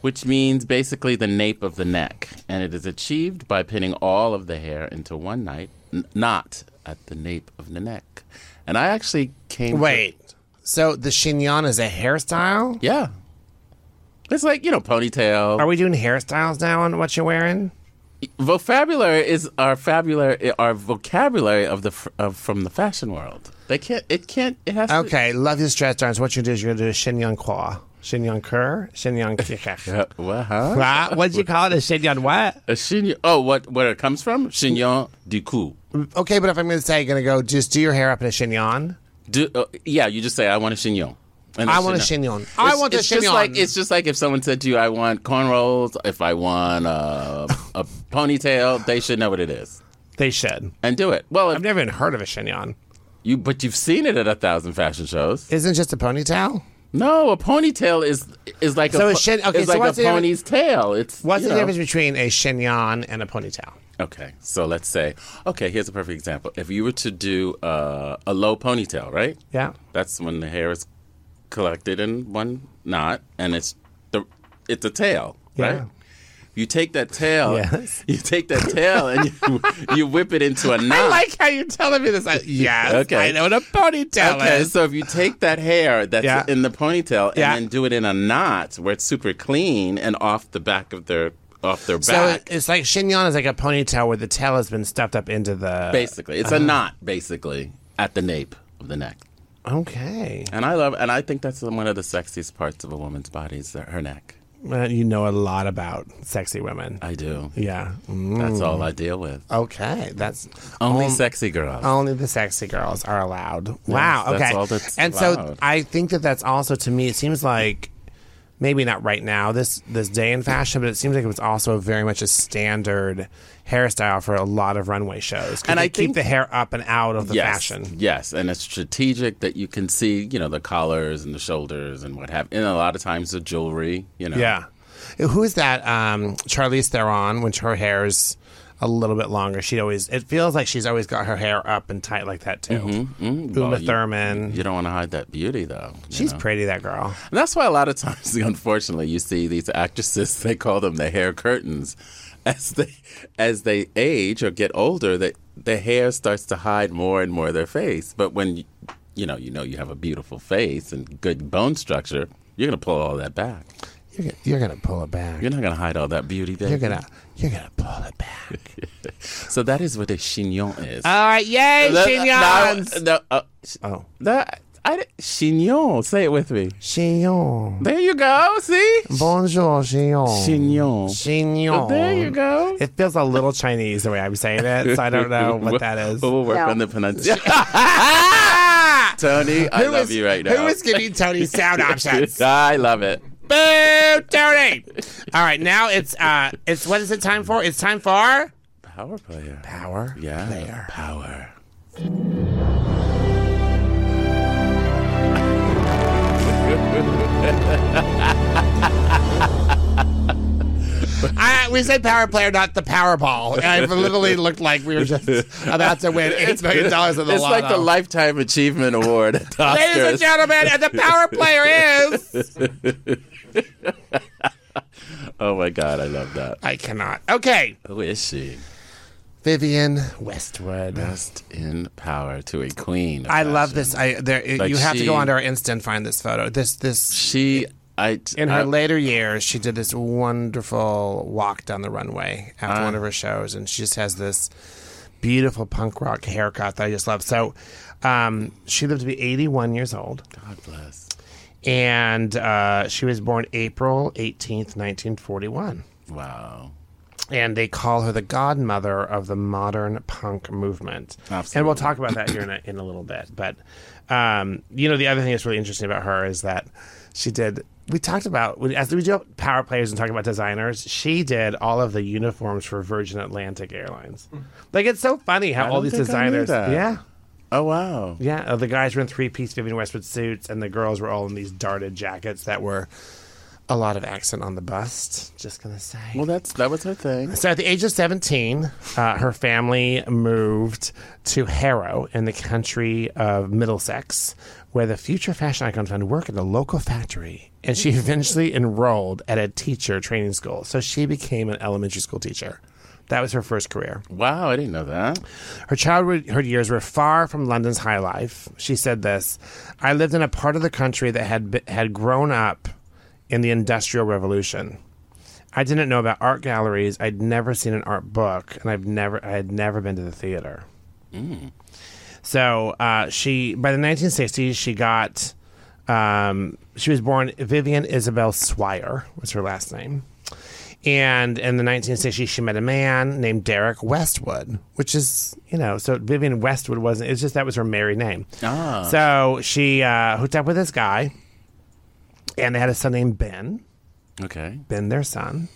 [SPEAKER 2] which means basically the nape of the neck, and it is achieved by pinning all of the hair into one night, n- knot at the nape of the neck. And I actually came. to-
[SPEAKER 1] Wait, so the chignon is a hairstyle?
[SPEAKER 2] yeah, it's like you know ponytail.
[SPEAKER 1] Are we doing hairstyles now on what you're wearing?
[SPEAKER 2] vocabulary is our fabulary, our vocabulary of the f- of, from the fashion world. They can't. It can't. It has to.
[SPEAKER 1] Okay, love your stretch arms. What you do is you're gonna do a chignon quoi, chignon cur, chignon kick.
[SPEAKER 2] Uh, what, huh?
[SPEAKER 1] Right? What'd you call it? A chignon what?
[SPEAKER 2] A chignon. Oh, what where it comes from? Chignon du cou.
[SPEAKER 1] Okay, but if I'm gonna say, gonna go, just do your hair up in a chignon.
[SPEAKER 2] Du, uh, yeah, you just say I want a chignon. And
[SPEAKER 1] I
[SPEAKER 2] it's
[SPEAKER 1] want a chignon. I
[SPEAKER 2] It's-
[SPEAKER 1] want a
[SPEAKER 2] it's
[SPEAKER 1] chignon.
[SPEAKER 2] Just like, it's just like if someone said to you, "I want cornrows," if I want uh, a ponytail, they should know what it is
[SPEAKER 1] they should.
[SPEAKER 2] and do it. Well,
[SPEAKER 1] I've
[SPEAKER 2] if
[SPEAKER 1] never even heard of a chignon.
[SPEAKER 2] you but you've seen it at a thousand fashion shows.
[SPEAKER 1] Isn't it just a ponytail?
[SPEAKER 2] No, a ponytail is is like
[SPEAKER 1] So
[SPEAKER 2] a,
[SPEAKER 1] a shin- okay,
[SPEAKER 2] is
[SPEAKER 1] so
[SPEAKER 2] like
[SPEAKER 1] what's the
[SPEAKER 2] a pony's tail. It's
[SPEAKER 1] What's
[SPEAKER 2] you
[SPEAKER 1] the
[SPEAKER 2] know.
[SPEAKER 1] difference between a chignon and a ponytail?
[SPEAKER 2] Okay, so let's say okay. Here's a perfect example. If you were to do uh, a low ponytail, right?
[SPEAKER 1] Yeah.
[SPEAKER 2] That's when the hair is collected in one knot, and it's the it's a tail,
[SPEAKER 1] Yeah.
[SPEAKER 2] right? You take that tail,
[SPEAKER 1] Yes.
[SPEAKER 2] you take that tail, and you, you whip it into a knot.
[SPEAKER 1] I like how you're telling me this. I, yes,
[SPEAKER 2] Okay.
[SPEAKER 1] I know what a ponytail
[SPEAKER 2] Okay,
[SPEAKER 1] is.
[SPEAKER 2] so if you take that hair that's
[SPEAKER 1] Yeah.
[SPEAKER 2] in the ponytail and
[SPEAKER 1] Yeah.
[SPEAKER 2] then do it in a knot where it's super clean and off the back of their off their
[SPEAKER 1] So it-
[SPEAKER 2] back,
[SPEAKER 1] it's like chignon is like a ponytail where the tail has been stuffed up into the.
[SPEAKER 2] basically, it's a
[SPEAKER 1] Uh-huh.
[SPEAKER 2] knot basically at the nape of the neck.
[SPEAKER 1] Okay,
[SPEAKER 2] And I love, and I think that's one of the sexiest parts of a woman's body is her neck.
[SPEAKER 1] well, you know a lot about sexy women.
[SPEAKER 2] I do.
[SPEAKER 1] Yeah. Mm.
[SPEAKER 2] That's all I deal with.
[SPEAKER 1] Okay, that's
[SPEAKER 2] Only
[SPEAKER 1] um,
[SPEAKER 2] sexy girls.
[SPEAKER 1] Only the sexy girls are allowed. wow. Okay.
[SPEAKER 2] that's all that's
[SPEAKER 1] and so
[SPEAKER 2] allowed.
[SPEAKER 1] I think that that's also to me. It seems like maybe not right now this this day in fashion, but it seems like it was also very much a standard hairstyle for a lot of runway shows. 'cause
[SPEAKER 2] And
[SPEAKER 1] they
[SPEAKER 2] I
[SPEAKER 1] keep
[SPEAKER 2] think-
[SPEAKER 1] the hair up and out of the
[SPEAKER 2] yes,
[SPEAKER 1] fashion.
[SPEAKER 2] yes, and it's strategic that you can see, you know, the collars and the shoulders and what have. And a lot of times the jewelry, you know.
[SPEAKER 1] Yeah. Who is that? Um, Charlize Theron, when her hair's a little bit longer, she always it feels like she's always got her hair up and tight like that too. Uma
[SPEAKER 2] Mm-hmm, Well, you-
[SPEAKER 1] Thurman.
[SPEAKER 2] You don't want to hide that beauty, though. you
[SPEAKER 1] She's
[SPEAKER 2] know?
[SPEAKER 1] pretty, that girl.
[SPEAKER 2] And that's why a lot of times, unfortunately, you see these actresses. They call them the hair curtains. As they as they age or get older, that the hair starts to hide more and more of their face. But when you, you know you know you have a beautiful face and good bone structure, you're gonna pull all that back.
[SPEAKER 1] You're, gonna- you're gonna pull it back.
[SPEAKER 2] You're not gonna hide all that beauty, baby.
[SPEAKER 1] You're gonna you're gonna pull it back.
[SPEAKER 2] So that is what a chignon is.
[SPEAKER 1] All right, yay,
[SPEAKER 2] Ah, That-
[SPEAKER 1] chignons.
[SPEAKER 2] No, no, uh,
[SPEAKER 1] Oh,
[SPEAKER 2] that I di- chignon. Say it with me.
[SPEAKER 1] chignon.
[SPEAKER 2] There you go. See.
[SPEAKER 1] Bonjour, chignon.
[SPEAKER 2] Chignon.
[SPEAKER 1] Chignon.
[SPEAKER 2] There you go.
[SPEAKER 1] It feels a little Chinese the way I'm saying it, so I don't know what that is.
[SPEAKER 2] But we'll work
[SPEAKER 3] No.
[SPEAKER 2] on the pronunciation.
[SPEAKER 1] Ah!
[SPEAKER 2] Tony, I
[SPEAKER 1] Who
[SPEAKER 2] love
[SPEAKER 1] is-
[SPEAKER 2] you right now.
[SPEAKER 1] Who is giving Tony sound options?
[SPEAKER 2] I love it.
[SPEAKER 1] Boo, Tony! All right, now it's uh, it's what is it time for? It's time for
[SPEAKER 2] Power player.
[SPEAKER 1] power.
[SPEAKER 2] yeah.
[SPEAKER 1] player.
[SPEAKER 2] Power.
[SPEAKER 1] I, we said power player, not the Powerball. I literally looked like we were just about to win eight million dollars in the
[SPEAKER 2] It's like the
[SPEAKER 1] lotto.
[SPEAKER 2] Lifetime Achievement Award at the
[SPEAKER 1] Ladies and
[SPEAKER 2] Oscars.
[SPEAKER 1] gentlemen, and the power player is.
[SPEAKER 2] Oh my God, I love that.
[SPEAKER 1] I cannot. Okay,
[SPEAKER 2] Who is she?
[SPEAKER 1] Vivian Westwood.
[SPEAKER 2] Best in power to a queen. of
[SPEAKER 1] I love
[SPEAKER 2] fashion.
[SPEAKER 1] this. I there.
[SPEAKER 2] Like
[SPEAKER 1] you have to go
[SPEAKER 2] she-
[SPEAKER 1] onto our Insta and find this photo. This this
[SPEAKER 2] She, I,
[SPEAKER 1] in her
[SPEAKER 2] I-
[SPEAKER 1] later years, she did this wonderful walk down the runway after one of her shows, and she just has this beautiful punk rock haircut that I just love. So, um, she lived to be 81 years old.
[SPEAKER 2] God bless.
[SPEAKER 1] and uh, she was born April 18th, 1941.
[SPEAKER 2] Wow.
[SPEAKER 1] And they call her the godmother of the modern punk movement.
[SPEAKER 2] Absolutely.
[SPEAKER 1] And we'll talk about that here in a, in a little bit. But, um, you know, the other thing that's really interesting about her is that she did, we talked about, we- as we do power players and talk about designers, she did all of the uniforms for Virgin Atlantic Airlines. Like, it's so funny how all
[SPEAKER 2] don't
[SPEAKER 1] these
[SPEAKER 2] think I knew
[SPEAKER 1] designers.
[SPEAKER 2] that.
[SPEAKER 1] Yeah.
[SPEAKER 2] Oh wow.
[SPEAKER 1] Yeah, uh, the guys were in three piece Vivian Westwood suits, and the girls were all in these darted jackets that were a lot of accent on the bust. Just gonna say.
[SPEAKER 2] Well, that's that was her thing.
[SPEAKER 1] so at the age of 17, uh, her family moved to Harrow in the country of Middlesex, where the future fashion icon found work at a local factory. And she eventually enrolled at a teacher training school. So she became an elementary school teacher. That was her first career.
[SPEAKER 2] Wow, I didn't know that.
[SPEAKER 1] Her childhood her years were far from London's high life. She said this I lived in a part of the country that had, be- had grown up in the Industrial Revolution. I didn't know about art galleries. I'd never seen an art book, and I've never, I had never been to the theater. So uh, she, by the 1960s, she got, um, she was born Vivian Isabel Swire was her last name, and in the 1960s she met a man named Derek Westwood, which is you know, so Vivian Westwood wasn't. It's just that was her married name.
[SPEAKER 2] Ah.
[SPEAKER 1] So she uh, hooked up with this guy, and they had a son named Ben.
[SPEAKER 2] Okay.
[SPEAKER 1] Ben, their son.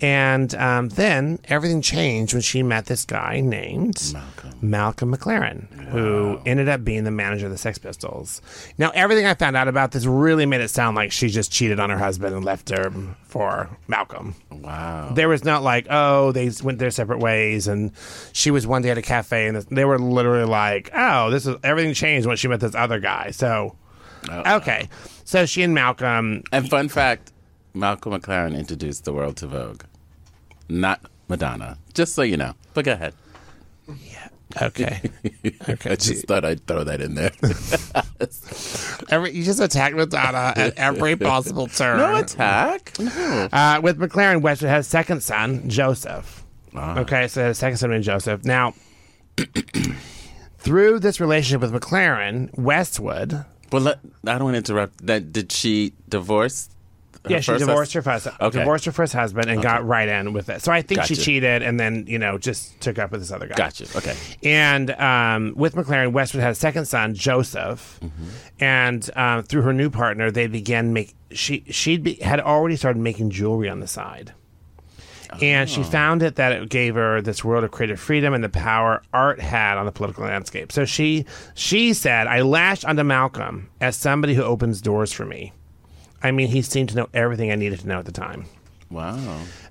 [SPEAKER 1] And um, then everything changed when she met this guy named Malcolm, McLaren, who ended up being the manager of the Sex Pistols. Now, everything I found out about this really made it sound like she just cheated on her husband and left her for Malcolm.
[SPEAKER 2] Wow.
[SPEAKER 1] There was not like, oh, they went their separate ways, and she was one day at a cafe, and they were literally like, oh, this is everything changed when she met this other guy. So, okay, so she and Malcolm,
[SPEAKER 2] And fun fact Malcolm McLaren introduced the world to Vogue, not Madonna, just so you know. But go ahead.
[SPEAKER 1] okay,
[SPEAKER 2] I just thought I'd throw that in there.
[SPEAKER 1] every you just attacked Madonna at every possible turn.
[SPEAKER 2] no attack.
[SPEAKER 1] uh, with McLaren Westwood had a second son, Joseph.
[SPEAKER 2] Ah.
[SPEAKER 1] Okay, so they had a second son named Joseph. Now, through this relationship with McLaren Westwood,
[SPEAKER 2] Well, let, I don't want to interrupt. That did she divorce? her
[SPEAKER 1] yeah, she
[SPEAKER 2] first
[SPEAKER 1] divorced her
[SPEAKER 2] husband?
[SPEAKER 1] first,
[SPEAKER 2] Okay.
[SPEAKER 1] divorced her first husband and got right in with it. So I think she
[SPEAKER 2] Gotcha.
[SPEAKER 1] cheated and then you know just took up with this other guy.
[SPEAKER 2] Gotcha. Okay.
[SPEAKER 1] And um, with McLaren, Westwood had a second son, Joseph, and um, through her new partner, they began make she she be, had already started making jewelry on the side, and she found it that it gave her this world of creative freedom and the power art had on the political landscape. So she she said, "I lashed onto Malcolm as somebody who opens doors for me. I mean, he seemed to know everything I needed to know at the time."
[SPEAKER 2] Wow.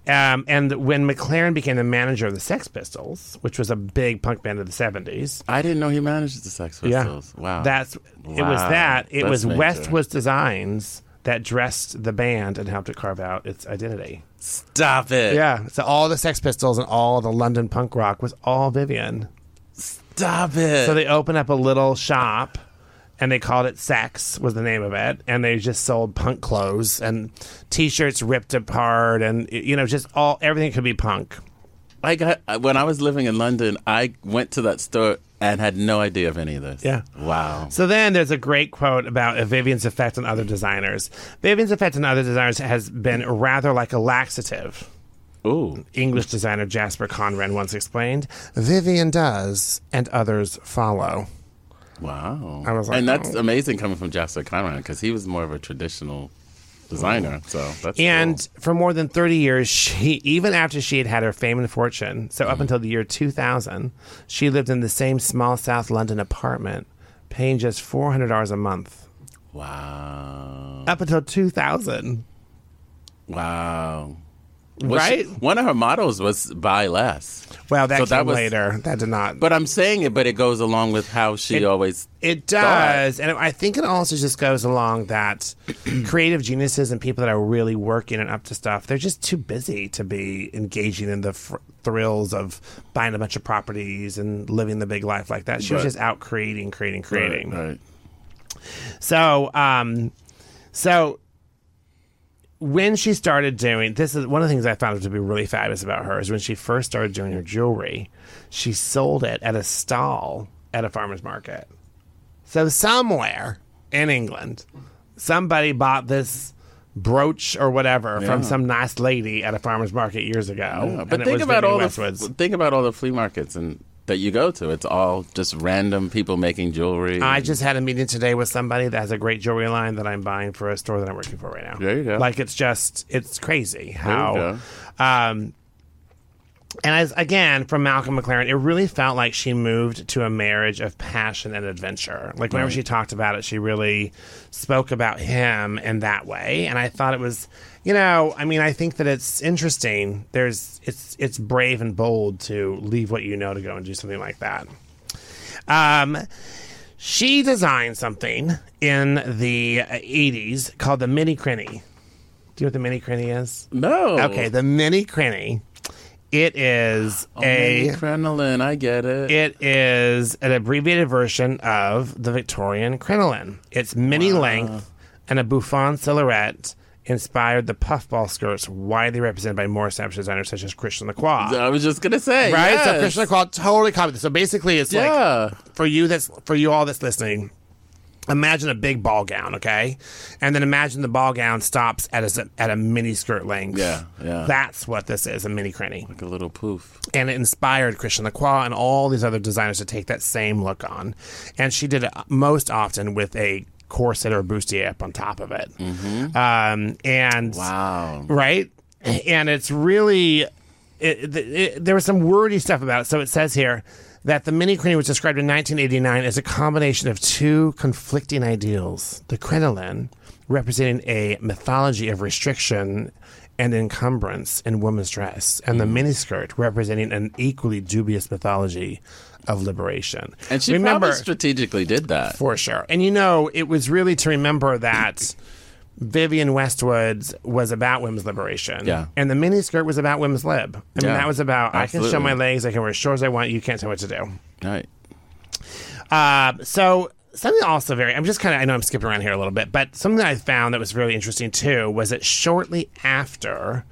[SPEAKER 1] Um, and when McLaren became the manager of the Sex Pistols, which was a big punk band of the 70s,
[SPEAKER 2] I didn't know he managed the Sex Pistols. Wow.
[SPEAKER 1] That's it was
[SPEAKER 2] Wow.
[SPEAKER 1] that. It
[SPEAKER 2] That's
[SPEAKER 1] was
[SPEAKER 2] major.
[SPEAKER 1] Westwood's designs that dressed the band and helped it carve out its identity.
[SPEAKER 2] Stop it.
[SPEAKER 1] Yeah. So all the Sex Pistols and all the London punk rock was all Vivian.
[SPEAKER 2] Stop it.
[SPEAKER 1] So they opened up a little shop and they called it Sex was the name of it and they just sold punk clothes and t-shirts ripped apart and you know just all everything could be punk.
[SPEAKER 2] I got when I was living in London, I went to that store and had no idea of any of this.
[SPEAKER 1] Yeah.
[SPEAKER 2] Wow.
[SPEAKER 1] So then there's a great quote about Vivian's effect on other designers. Vivian's effect on other designers has been rather like a laxative.
[SPEAKER 2] Ooh.
[SPEAKER 1] English designer Jasper Conrad once explained, Vivian does, and others follow.
[SPEAKER 2] Wow.
[SPEAKER 1] I was like,
[SPEAKER 2] and that's
[SPEAKER 1] oh.
[SPEAKER 2] amazing coming from Jasper Conrad because he was more of a traditional designer. So that's
[SPEAKER 1] And for more than 30 years, she, even after she had had her fame and fortune, so
[SPEAKER 2] Mm.
[SPEAKER 1] up until the year 2000, she lived in the same small South London apartment, paying just $400 a month.
[SPEAKER 2] cool. wow.
[SPEAKER 1] Up until 2000.
[SPEAKER 2] Wow.
[SPEAKER 1] Right?
[SPEAKER 2] she- one of her models was buy less.
[SPEAKER 1] Well, that
[SPEAKER 2] So
[SPEAKER 1] came
[SPEAKER 2] that was-
[SPEAKER 1] later. That did not.
[SPEAKER 2] But I'm saying it, but it goes along with how she
[SPEAKER 1] It-
[SPEAKER 2] always.
[SPEAKER 1] It does. And I think it also just goes along that creative geniuses and people that are really working and up to stuff, they're just too busy to be engaging in the fr- thrills of buying a bunch of properties and living the big life like that. She was
[SPEAKER 2] Right.
[SPEAKER 1] just out creating, creating, creating.
[SPEAKER 2] Right.
[SPEAKER 1] So, um, so when she started doing this is one of the things I found to be really fabulous about her is when she first started doing her jewelry, she sold it at a stall at a farmer's market. So somewhere in England, somebody bought this brooch or whatever from some nice lady at a farmer's market years ago.
[SPEAKER 2] Yeah,
[SPEAKER 1] and
[SPEAKER 2] But
[SPEAKER 1] it
[SPEAKER 2] think
[SPEAKER 1] was
[SPEAKER 2] about
[SPEAKER 1] Vivienne
[SPEAKER 2] all
[SPEAKER 1] Westwood's.
[SPEAKER 2] the think about all the flea markets and that you go to. It's all just random people making jewelry.
[SPEAKER 1] I just had a meeting today with somebody that has a great jewelry line that I'm buying for a store that I'm working for right now.
[SPEAKER 2] There you go.
[SPEAKER 1] Like it's just it's crazy
[SPEAKER 2] you
[SPEAKER 1] how.
[SPEAKER 2] go.
[SPEAKER 1] Um, and as again from Malcolm McLaren, it really felt like she moved to a marriage of passion and adventure. Like whenever she talked about it, she really spoke about him in that way. And I thought it was, you know, I mean, I think that it's interesting. There's it's it's brave and bold to leave what you know to go and do something like that. Um, she designed something in the uh, 80s called the Mini Crinny. Do you know what the Mini Crinny is?
[SPEAKER 2] no.
[SPEAKER 1] Okay, the Mini Crinny. It is a
[SPEAKER 2] Adrenaline, I get it.
[SPEAKER 1] it is an abbreviated version of the Victorian crinoline. It's mini length and a bouffant silhouette inspired the puffball skirts widely represented by more established designers such as Christian Lacroix.
[SPEAKER 2] I was just gonna say,
[SPEAKER 1] Right? So
[SPEAKER 2] yes.
[SPEAKER 1] Christian Lacroix totally copied this. So basically it's like
[SPEAKER 2] yeah,
[SPEAKER 1] for you that's for you all that's listening imagine a big ball gown okay and then imagine the ball gown stops at a at a mini skirt length
[SPEAKER 2] Yeah, yeah.
[SPEAKER 1] that's what this is a mini cranny
[SPEAKER 2] like a little poof.
[SPEAKER 1] and it inspired Christian Lacroix and all these other designers to take that same look on. And she did it most often with a corset or bustier up on top of it. Um, and
[SPEAKER 2] Mm-hmm. Wow.
[SPEAKER 1] right. and it's really it, it, it, there was some wordy stuff about it. So it says here that the mini crinoline was described in 1989 as a combination of two conflicting ideals: the crinoline, representing a mythology of restriction and encumbrance in woman's dress, and
[SPEAKER 2] Hmm.
[SPEAKER 1] the miniskirt, representing an equally dubious mythology of liberation.
[SPEAKER 2] And she probably strategically did that.
[SPEAKER 1] For sure. And you know, it was really to remember that Vivian Westwood's was about women's liberation.
[SPEAKER 2] Yeah.
[SPEAKER 1] And the miniskirt was about women's lib. I mean,
[SPEAKER 2] Yeah.
[SPEAKER 1] that was about I can show
[SPEAKER 2] Absolutely.
[SPEAKER 1] my legs, I can wear as short as I want, you can't tell me what to do.
[SPEAKER 2] Right.
[SPEAKER 1] Uh, so something also very I'm just kind of I know I'm skipping around here a little bit, but something that I found that was really interesting too was that shortly after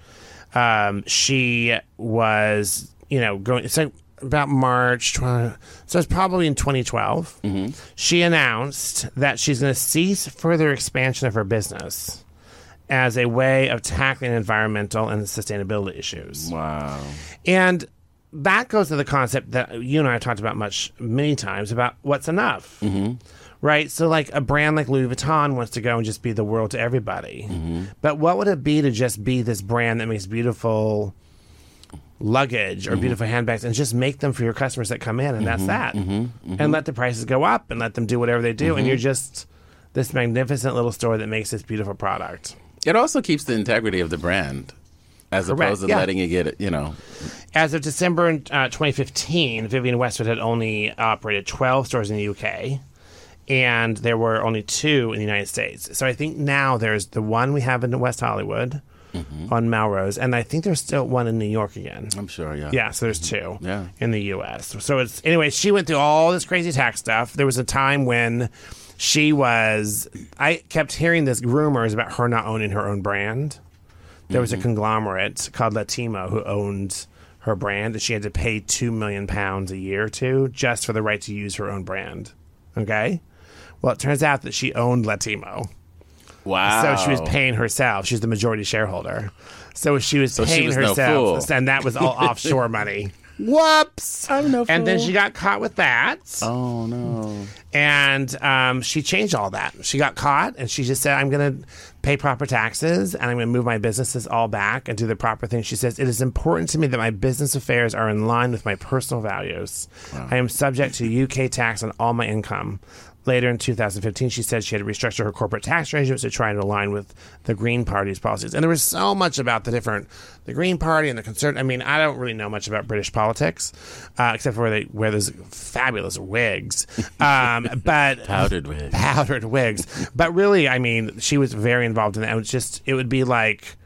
[SPEAKER 1] um, she was you know going it's like about March 20, so it's probably in 2012 she announced that she's going to cease further expansion of her business as a way of tackling environmental and sustainability issues.
[SPEAKER 2] Wow.
[SPEAKER 1] And that goes to the concept that you and I have talked about much, many times about what's enough. Right? So, like a brand like Louis Vuitton wants to go and just be the world to everybody. But what would it be to just be this brand that makes beautiful luggage or beautiful handbags and just make them for your customers that come in? And that's that. And let the prices go up and let them do whatever they do. And you're just this magnificent little store that makes this beautiful product.
[SPEAKER 2] It also keeps the integrity of the brand as opposed to
[SPEAKER 1] yeah.
[SPEAKER 2] letting it get it, you know.
[SPEAKER 1] As of December uh, 2015, Vivian Westwood had only operated 12 stores in the UK, and there were only two in the United States. So I think now there's the one we have in West Hollywood on Melrose, and I think there's still one in New York again.
[SPEAKER 2] I'm sure, yeah.
[SPEAKER 1] Yeah, so there's two
[SPEAKER 2] Yeah.
[SPEAKER 1] in the U.S. So it's anyway. She went through all this crazy tax stuff. There was a time when she was. I kept hearing this rumors about her not owning her own brand. There
[SPEAKER 2] Mm-hmm.
[SPEAKER 1] was a conglomerate called Latimo who owned her brand, and she had to pay two million pounds a year to just for the right to use her own brand. Okay. Well, it turns out that she owned Latimo.
[SPEAKER 2] Wow.
[SPEAKER 1] So she was
[SPEAKER 2] Oh.
[SPEAKER 1] paying herself. She's the majority shareholder. So she was
[SPEAKER 2] she
[SPEAKER 1] paying
[SPEAKER 2] was no
[SPEAKER 1] herself,
[SPEAKER 2] fool.
[SPEAKER 1] and that was all offshore money.
[SPEAKER 2] Whoops. I'm no
[SPEAKER 1] And then
[SPEAKER 2] fool.
[SPEAKER 1] she got caught with that,
[SPEAKER 2] Oh, no.
[SPEAKER 1] and um, she changed all that. She got caught, and she just said, "I'm going to pay proper taxes, and I'm going to move my businesses all back and do the proper thing." She says, "It is important to me that my business affairs are in line with my personal values. I am subject to UK tax on all my income." Later in 2015, she said she had to restructure her corporate tax arrangements to try and align with the Green Party's policies. And there was so much about the different, the Green Party and the concern. I mean, I don't really know much about British politics, uh, except for where they wear those fabulous wigs. Um, but
[SPEAKER 2] Powdered wig.
[SPEAKER 1] powdered wigs. But really, I mean, she was very involved in that. It was just, it would be like,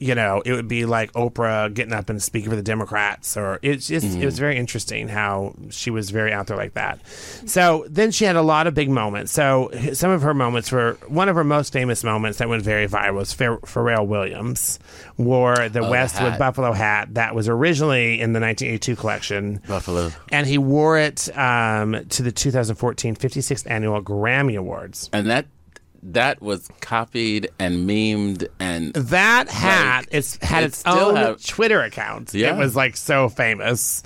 [SPEAKER 1] you know, it would be like Oprah getting up and speaking for the Democrats, or it's just, it was very interesting how she was very out there like that. So then she had a lot of big moments. So h- some of her moments were, one of her most famous moments that went very viral was Pharrell- Pharrell Williams wore the Westwood
[SPEAKER 2] hat.
[SPEAKER 1] Buffalo hat that was originally in the 1982 collection
[SPEAKER 2] Buffalo.
[SPEAKER 1] and he wore it um, to the 2014 56th annual Grammy Awards.
[SPEAKER 2] And that that was copied and memed and
[SPEAKER 1] That hat it's had
[SPEAKER 2] it
[SPEAKER 1] its
[SPEAKER 2] still
[SPEAKER 1] own
[SPEAKER 2] have-
[SPEAKER 1] Twitter account.
[SPEAKER 2] Yeah.
[SPEAKER 1] It was like so famous.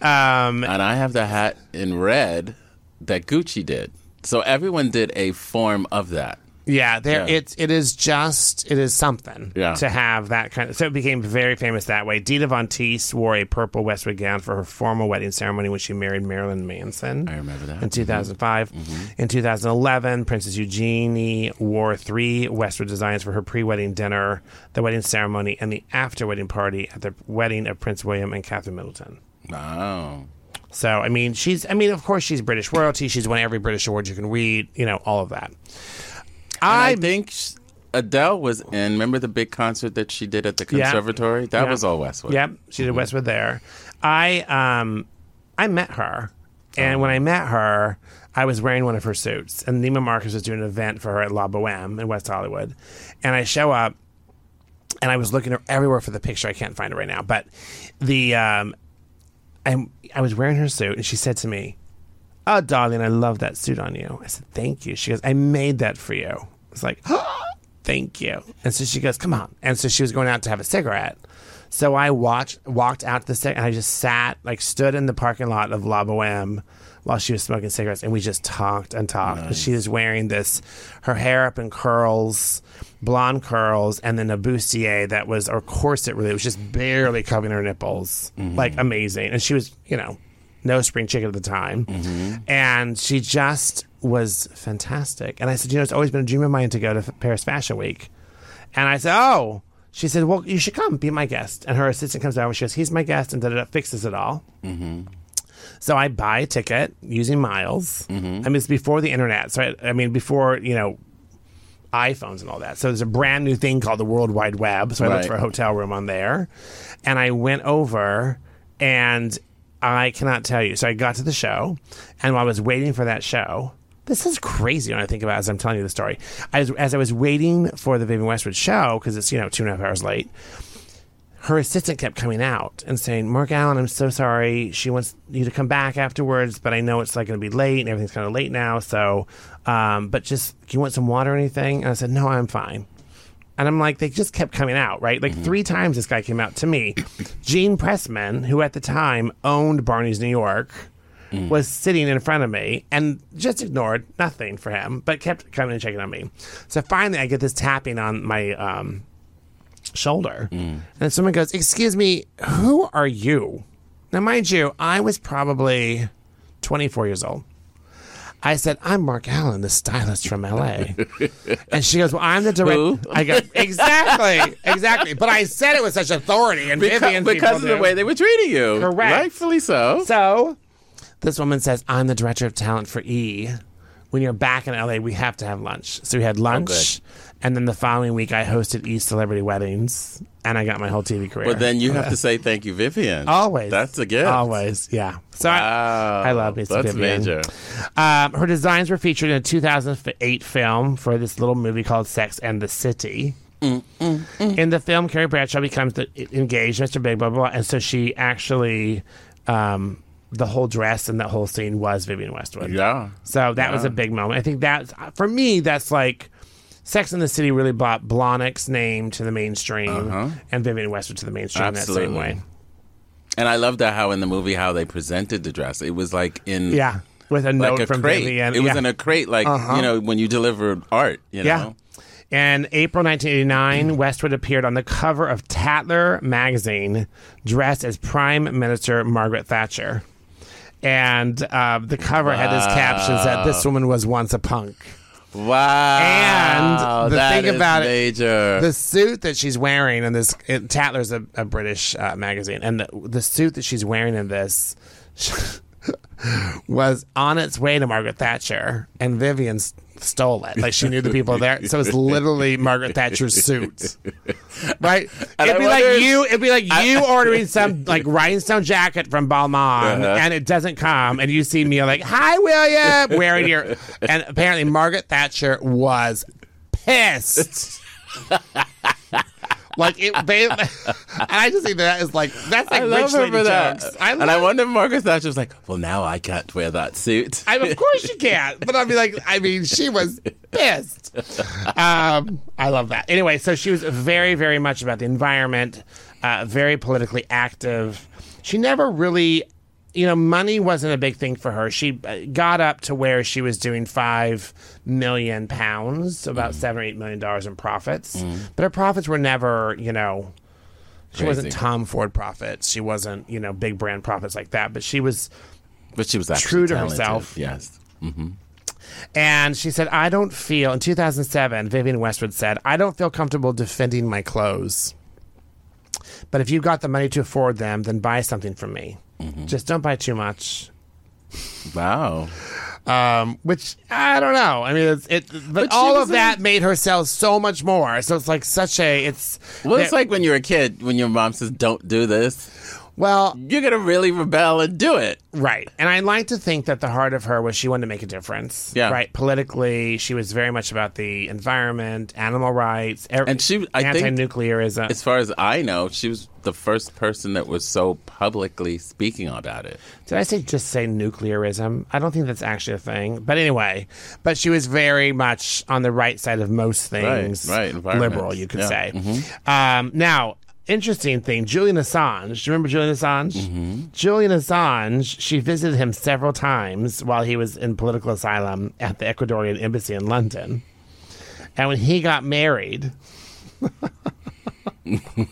[SPEAKER 1] Um,
[SPEAKER 2] and I have the hat in red that Gucci did. So everyone did a form of that.
[SPEAKER 1] yeah, there
[SPEAKER 2] Yeah.
[SPEAKER 1] it's it is just it is something
[SPEAKER 2] Yeah.
[SPEAKER 1] to have that kind of so it became very famous that way. Dita Von Teese wore a purple Westwood gown for her formal wedding ceremony when she married Marilyn Manson.
[SPEAKER 2] I remember that. Mm-hmm.
[SPEAKER 1] in 2005. In 2011, Princess Eugenie wore three Westwood designs for her pre wedding dinner, the wedding ceremony, and the after wedding party at the wedding of Prince William and Catherine Middleton.
[SPEAKER 2] Wow.
[SPEAKER 1] So, I mean, she's, I mean, of course, she's British royalty. She's won every British award you can read, you know, all of that.
[SPEAKER 2] I,
[SPEAKER 1] I,
[SPEAKER 2] think sh- Adele was in. Remember the big concert that she did at the
[SPEAKER 1] Yeah.
[SPEAKER 2] conservatory? That
[SPEAKER 1] Yeah.
[SPEAKER 2] was all Westwood.
[SPEAKER 1] yep, she did Westwood there. I, um, I met her. And when I met her, I was wearing one of her suits. And Nima Marcus was doing an event for her at La Boheme in West Hollywood. And I show up and I was looking everywhere for the picture. I can't find it right now, but the um, I I was wearing her suit, and she said to me, "Oh, darling, I love that suit on you." I said, "Thank you." She goes, "I made that for you." I was like, "Thank you." And so she goes, "Come on." And so she was going out to have a cigarette. So I watched, walked out to the set, and I just sat, like, stood in the parking lot of La Boheme while she was smoking cigarettes, and we just talked and talked. And She was wearing this, her hair up in curls, blonde curls, and then a bustier that was, or corset really, it was just barely covering her nipples, like amazing. And she was, you know, no spring chicken at the time. And she just was fantastic. And I said, You know, it's always been a dream of mine to go to F- Paris Fashion Week. And I said, Oh, she said, Well, you should come, be my guest. And her assistant comes down and she goes, He's my guest, and da da da, fixes it all. So I buy a ticket using miles. I mean, it's before the internet. So, I, I mean, before, you know, iPhones and all that. So there's a brand new thing called the World Wide Web. So I looked
[SPEAKER 2] Right.
[SPEAKER 1] for a hotel room on there, and I went over, and I cannot tell you. So I got to the show, and while I was waiting for that show, this is crazy when I think about it as I'm telling you the story. As, as I was waiting for the Vivian Westwood show because it's you know two and a half hours late, her assistant kept coming out and saying, Mark Allen, I'm so sorry. She wants you to come back afterwards, but I know it's like going to be late and everything's kind of late now. So, um, but just, do you want some water or anything? And I said, no, I'm fine. And I'm like, they just kept coming out, right? Like three times this guy came out to me. Gene Pressman, who at the time owned Barney's New York,
[SPEAKER 2] Mm.
[SPEAKER 1] was sitting in front of me and just ignored nothing for him, but kept coming and checking on me. So finally, I get this tapping on my um, shoulder.
[SPEAKER 2] Mm.
[SPEAKER 1] And someone goes, Excuse me, who are you? Now, mind you, I was probably 24 years old. I said, I'm Mark Allen, the stylist from LA. and she goes, Well, I'm the
[SPEAKER 2] Who?
[SPEAKER 1] director. I go, Exactly, exactly. But I said it with such authority and
[SPEAKER 2] Because,
[SPEAKER 1] Vivian's people
[SPEAKER 2] because of the
[SPEAKER 1] do.
[SPEAKER 2] way they were treating you.
[SPEAKER 1] Correct.
[SPEAKER 2] Rightfully so.
[SPEAKER 1] So this woman says, I'm the director of talent for E. When you're back in LA, we have to have lunch. So we
[SPEAKER 2] Oh,
[SPEAKER 1] had lunch. and then the following week, I hosted E Celebrity Weddings and I got my whole TV career.
[SPEAKER 2] But then you have to say thank you, Vivian.
[SPEAKER 1] always.
[SPEAKER 2] That's a gift.
[SPEAKER 1] Always. Yeah. So
[SPEAKER 2] Wow.
[SPEAKER 1] I, I love E. Miss
[SPEAKER 2] That's
[SPEAKER 1] Vivian.
[SPEAKER 2] major.
[SPEAKER 1] Um, her designs were featured in a 2008 film for this little movie called Sex and the City. In the film, Carrie Bradshaw becomes the, engaged, Mr. Big, blah, blah, blah. And so she actually, um, the whole dress and that whole scene was Vivian Westwood.
[SPEAKER 2] Yeah.
[SPEAKER 1] So that was a big moment. I think that's, for me, that's like Sex and the City really brought Blonick's name to the mainstream and Vivian Westwood to the mainstream in
[SPEAKER 2] Uh-huh. Absolutely.
[SPEAKER 1] that same way.
[SPEAKER 2] And I love that how in the movie how they presented the dress. It was like in
[SPEAKER 1] Yeah. With a
[SPEAKER 2] like
[SPEAKER 1] note
[SPEAKER 2] a
[SPEAKER 1] from
[SPEAKER 2] crate.
[SPEAKER 1] Vivian.
[SPEAKER 2] It was
[SPEAKER 1] Yeah. Uh-huh.
[SPEAKER 2] in a crate, like you know when you deliver art. You know.
[SPEAKER 1] In April 1989, Westwood appeared on the cover of Tatler magazine dressed as Prime Minister Margaret Thatcher. And uh, the cover had this caption that this woman was once a punk.
[SPEAKER 2] Wow.
[SPEAKER 1] And the
[SPEAKER 2] that
[SPEAKER 1] thing
[SPEAKER 2] is
[SPEAKER 1] about it-
[SPEAKER 2] major.
[SPEAKER 1] The suit that she's wearing in this, it, Tatler's a, a British uh, magazine, and the, the suit that she's wearing in this was on its way to Margaret Thatcher, and Vivian s- stole it. Like she knew the people there, so it's literally Margaret Thatcher's suit, right?
[SPEAKER 2] And
[SPEAKER 1] it'd
[SPEAKER 2] I
[SPEAKER 1] be like
[SPEAKER 2] wonder-
[SPEAKER 1] you, it'd be like you ordering some like rhinestone jacket from Balmain,
[SPEAKER 2] Uh-huh.
[SPEAKER 1] and it doesn't come, and you see me like, "Hi, William," wearing your, and apparently Margaret Thatcher was pissed. Like it, they, and I just think that is like that's like
[SPEAKER 2] I love
[SPEAKER 1] rich
[SPEAKER 2] her
[SPEAKER 1] lady
[SPEAKER 2] for that.
[SPEAKER 1] jokes.
[SPEAKER 2] and I wonder if Margaret Thatcher was like, well, now I can't wear that suit.
[SPEAKER 1] I, of course you can't. But I mean, like, I mean, she was pissed. Um, I love that. Anyway, so she was very, very much about the environment, uh, very politically active. She never really, you know, money wasn't a big thing for her. She uh, got up to where she was doing five million pounds, so about seven or eight million dollars in profits. But her profits were never, you know, she wasn't
[SPEAKER 2] Crazy.
[SPEAKER 1] Tom Ford profits. She wasn't, you know, big brand profits like that. But she was
[SPEAKER 2] but she was actually
[SPEAKER 1] True to
[SPEAKER 2] talented.
[SPEAKER 1] herself.
[SPEAKER 2] Yes.
[SPEAKER 1] And she said, I don't feel, in 2007, Vivian Westwood said, I don't feel comfortable defending my clothes. But if you've got the money to afford them, then buy something from me.
[SPEAKER 2] Mm-hmm.
[SPEAKER 1] Just don't buy too much.
[SPEAKER 2] Wow.
[SPEAKER 1] Um, which I don't know. I mean, it's, it, but,
[SPEAKER 2] she
[SPEAKER 1] all
[SPEAKER 2] was
[SPEAKER 1] of that
[SPEAKER 2] in-
[SPEAKER 1] made her sell so much more. So it's like such a, it's,
[SPEAKER 2] Well, it's
[SPEAKER 1] there-
[SPEAKER 2] like when you're a kid, when your mom says, don't do this,
[SPEAKER 1] well,
[SPEAKER 2] you're going to really rebel and do it.
[SPEAKER 1] Right. And I like to think that the heart of her was she wanted to make a difference.
[SPEAKER 2] Yeah.
[SPEAKER 1] Right. Politically, she was very much about the environment, animal rights, er-
[SPEAKER 2] And she- I think-
[SPEAKER 1] anti-nuclearism.
[SPEAKER 2] As far as I know, she was the first person that was so publicly speaking about it.
[SPEAKER 1] Did I say just say nuclearism? I don't think that's actually a thing. But anyway, but she was very much on the right mm-hmm. side of most things.
[SPEAKER 2] right, environment.
[SPEAKER 1] liberal, you could
[SPEAKER 2] Yeah.
[SPEAKER 1] say. Um, now, interesting thing Julian Assange, do you remember Julian Assange? Julian Assange, she visited him several times while he was in political asylum at the Ecuadorian embassy in London. And when he got married,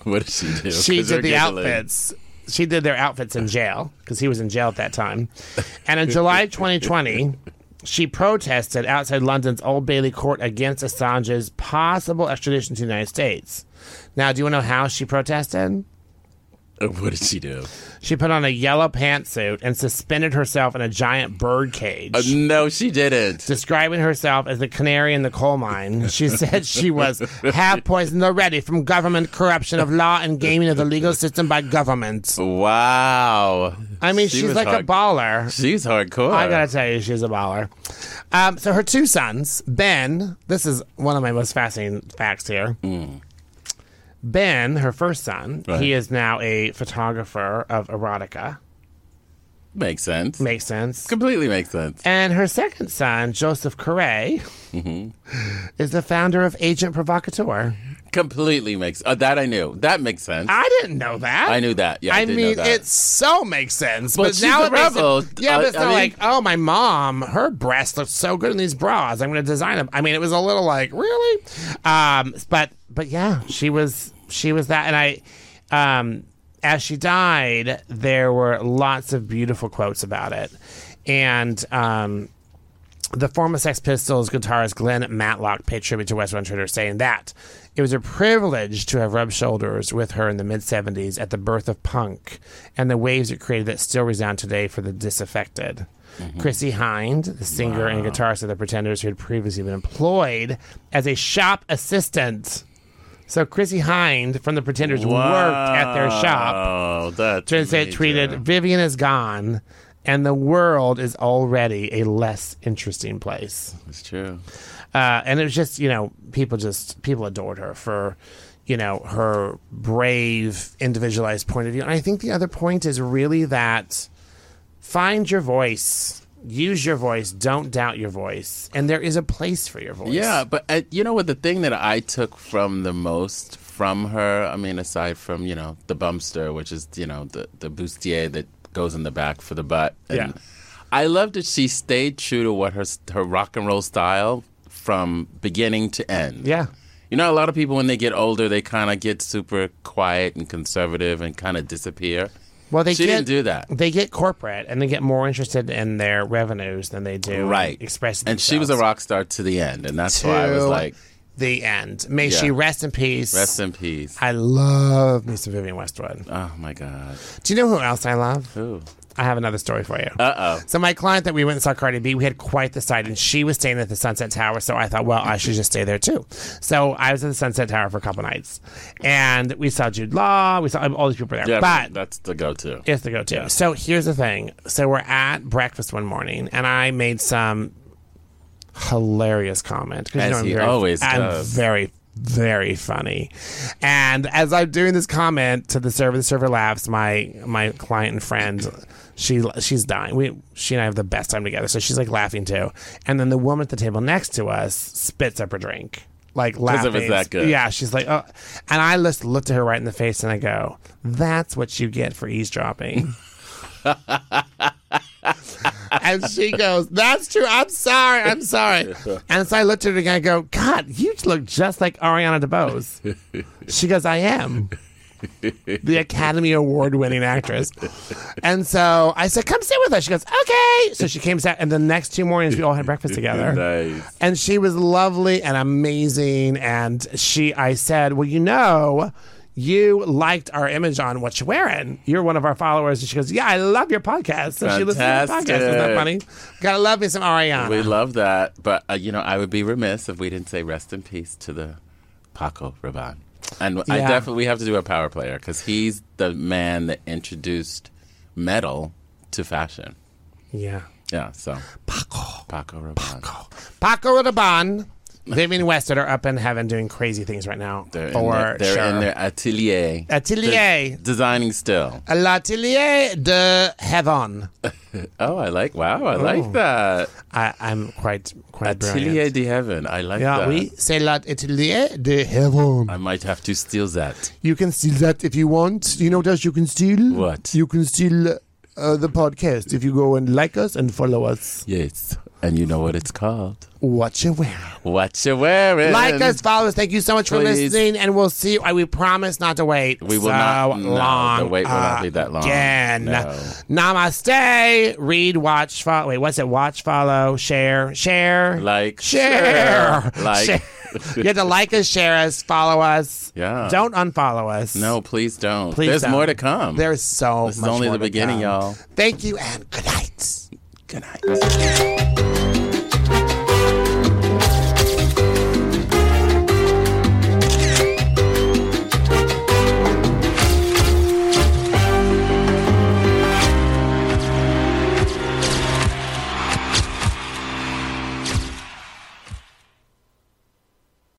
[SPEAKER 2] what did she do?
[SPEAKER 1] she
[SPEAKER 2] 'Cause you're
[SPEAKER 1] did the
[SPEAKER 2] giggling.
[SPEAKER 1] outfits. She did their outfits in jail because he was in jail at that time. And in July 2020, she protested outside London's Old Bailey court against Assange's possible extradition to the United States. Now, do you want to know how she protested?
[SPEAKER 2] Uh, What did she do?
[SPEAKER 1] She put on a yellow pantsuit and suspended herself in a giant bird cage.
[SPEAKER 2] Uh, no, she didn't.
[SPEAKER 1] Describing herself as the canary in the coal mine, she said she was half poisoned already from government corruption of law and gaming of the legal system by government.
[SPEAKER 2] Wow.
[SPEAKER 1] I mean,
[SPEAKER 2] She
[SPEAKER 1] she's
[SPEAKER 2] was
[SPEAKER 1] like a
[SPEAKER 2] hard-
[SPEAKER 1] baller.
[SPEAKER 2] She's hardcore.
[SPEAKER 1] I gotta tell you, she's a baller. Um, so her two sons, Ben, this is one of my most fascinating facts here. Ben, her first son,
[SPEAKER 2] Mm. Right.
[SPEAKER 1] he is now a photographer of erotica.
[SPEAKER 2] Makes sense.
[SPEAKER 1] Makes sense.
[SPEAKER 2] Completely makes sense.
[SPEAKER 1] And her second son, Joseph Carre,
[SPEAKER 2] Mm-hmm.
[SPEAKER 1] is the founder of Agent Provocateur.
[SPEAKER 2] Completely makes. Uh, that I knew. That makes sense. I,
[SPEAKER 1] I didn't know that.
[SPEAKER 2] knew that. Yeah, I,
[SPEAKER 1] I,
[SPEAKER 2] did know
[SPEAKER 1] mean,
[SPEAKER 2] that.
[SPEAKER 1] it so makes sense.
[SPEAKER 2] But
[SPEAKER 1] But,
[SPEAKER 2] she's
[SPEAKER 1] now
[SPEAKER 2] a
[SPEAKER 1] it makes
[SPEAKER 2] rebel.
[SPEAKER 1] It, yeah,
[SPEAKER 2] I-
[SPEAKER 1] but it's
[SPEAKER 2] I
[SPEAKER 1] not
[SPEAKER 2] mean-
[SPEAKER 1] like, oh, my mom, her breasts look so good in these bras. I'm going to design them. I mean, it was a little like, really? Um, but but yeah, she was she was that, and I. Um, as she died, there were lots of beautiful quotes about it, and um, the former Sex Pistols guitarist Glenn Matlock paid tribute to Wes Ventura, saying that it was a privilege to have rubbed shoulders with her in the mid 70s at the birth of punk and the waves it created that still resound today for the disaffected. Chrissy Hind, the singer and guitarist of the Pretenders, who had previously been employed as a shop assistant. So Chrissy Hind from the Pretenders worked at their shop.
[SPEAKER 2] Oh, that's
[SPEAKER 1] Turns out
[SPEAKER 2] major.
[SPEAKER 1] tweeted, Vivian is gone, and the world is already a less interesting place.
[SPEAKER 2] It's true.
[SPEAKER 1] Uh, and it was just, you know, people just, people adored her for, you know, her brave, individualized point of view. And I think the other point is really that find your voice, use your voice, don't doubt your voice. And there is a place for your voice.
[SPEAKER 2] Yeah, but uh, you know what? The thing that I took from the most from her, I mean, aside from you know the bumpster, which is you know the the bustier that goes in the back for the butt. And
[SPEAKER 1] Yeah.
[SPEAKER 2] I love that she stayed true to what her s- her rock and roll style from beginning to end.
[SPEAKER 1] Yeah.
[SPEAKER 2] You know, a lot of people when they get older, they kind of get super quiet and conservative and kind of disappear.
[SPEAKER 1] Well, they
[SPEAKER 2] she
[SPEAKER 1] get,
[SPEAKER 2] didn't do that.
[SPEAKER 1] They get corporate and they get more interested in their revenues than they do
[SPEAKER 2] Right.
[SPEAKER 1] expressing.
[SPEAKER 2] And she was a
[SPEAKER 1] themselves.
[SPEAKER 2] rock star to the end, and that's why I was
[SPEAKER 1] to
[SPEAKER 2] like,
[SPEAKER 1] the end. May she
[SPEAKER 2] Yeah.
[SPEAKER 1] rest in peace.
[SPEAKER 2] rest in peace.
[SPEAKER 1] I love Miss Vivian Westwood.
[SPEAKER 2] Oh my God.
[SPEAKER 1] Do you know who else I love?
[SPEAKER 2] Ooh.
[SPEAKER 1] I have another story for you.
[SPEAKER 2] Uh oh.
[SPEAKER 1] so my client that we went and saw Cardi B, we had quite the sight, and she was staying at the Sunset Tower. So I thought, well, I should just stay there too. So I was at the Sunset Tower for a couple nights, and we saw Jude Law. We saw all these people there.
[SPEAKER 2] Yeah,
[SPEAKER 1] but
[SPEAKER 2] that's the go-to.
[SPEAKER 1] It's the go-to. So here's the thing. So we're at breakfast one morning, and I made some hilarious comment because
[SPEAKER 2] As
[SPEAKER 1] I'm
[SPEAKER 2] he
[SPEAKER 1] very,
[SPEAKER 2] always
[SPEAKER 1] I'm
[SPEAKER 2] does.
[SPEAKER 1] very, very funny. And as I'm doing this comment to the server, the server laughs. My my client and friend, she she's dying. We she and I have the best time together. So she's like laughing too. And then the woman at the table next to us spits up her drink. Like
[SPEAKER 2] it
[SPEAKER 1] laughing.
[SPEAKER 2] was that good.
[SPEAKER 1] Yeah, she's like, oh. And I just looked at her right in the face and I go, that's what you get for eavesdropping. and she goes, "That's true. I'm sorry. I'm sorry." And so I looked at her again. I go, "God, you look just like Ariana DeBose." She goes, "I am." the Academy Award winning actress. And so I said, Come sit with us. She goes, Okay. So she came sat, and the next two mornings we all had breakfast together.
[SPEAKER 2] Nice.
[SPEAKER 1] And she was lovely and amazing. And she, I said, Well, you know, you liked our image on what you're wearing. You're one of our followers. And she goes, Yeah, I love your podcast. So she listens to the podcast. Isn't that
[SPEAKER 2] Fantastic.
[SPEAKER 1] funny? Gotta love me some E Ariana.
[SPEAKER 2] We love that, but uh, you know, I would be remiss if we didn't say rest in peace to the Paco Rabanne. And I
[SPEAKER 1] Yeah.
[SPEAKER 2] definitely we have to do a power player because he's the man that introduced metal to fashion.
[SPEAKER 1] yeah.
[SPEAKER 2] Yeah, so Paco Paco Rabanne.
[SPEAKER 1] Paco Rabanne, Vivian Westwood are up in heaven doing crazy things right now.
[SPEAKER 2] They're, in
[SPEAKER 1] for
[SPEAKER 2] their, they're
[SPEAKER 1] sure.
[SPEAKER 2] in their atelier,
[SPEAKER 1] Atelier.
[SPEAKER 2] designing still.
[SPEAKER 1] L'atelier de heaven.
[SPEAKER 2] Oh, I like. Wow, I like that.
[SPEAKER 1] I, I'm quite quite
[SPEAKER 2] Atelier
[SPEAKER 1] Oh. brilliant.
[SPEAKER 2] de Heaven. I like
[SPEAKER 1] Yeah,
[SPEAKER 2] that.
[SPEAKER 1] we say lot atelier de heaven.
[SPEAKER 2] I might have to steal that.
[SPEAKER 1] You can steal that if you want. You know what else you can steal?
[SPEAKER 2] What?
[SPEAKER 1] You can steal uh, the podcast if you go and like us and follow us.
[SPEAKER 2] Yes, and you know what it's called.
[SPEAKER 1] What you wearing?
[SPEAKER 2] What you wearing?
[SPEAKER 1] Like us, follow us. Thank you so much for
[SPEAKER 2] Please.
[SPEAKER 1] listening, and we'll see. You. We promise not to wait.
[SPEAKER 2] We will
[SPEAKER 1] so
[SPEAKER 2] not- no, the
[SPEAKER 1] long.
[SPEAKER 2] wait will not be that long.
[SPEAKER 1] Again,
[SPEAKER 2] No.
[SPEAKER 1] Namaste. Read, watch, follow. Wait, what's it? Watch, follow, share, share,
[SPEAKER 2] Like
[SPEAKER 1] share,
[SPEAKER 2] share. Like-
[SPEAKER 1] Share. you have to like us, share us, follow us.
[SPEAKER 2] Yeah.
[SPEAKER 1] Don't unfollow us.
[SPEAKER 2] No, please don't.
[SPEAKER 1] Please
[SPEAKER 2] There's
[SPEAKER 1] don't.
[SPEAKER 2] more to come.
[SPEAKER 1] There's so
[SPEAKER 2] this is
[SPEAKER 1] much
[SPEAKER 2] only
[SPEAKER 1] more
[SPEAKER 2] the
[SPEAKER 1] to
[SPEAKER 2] beginning,
[SPEAKER 1] come.
[SPEAKER 2] y'all.
[SPEAKER 1] Thank you and good night.
[SPEAKER 2] Good night.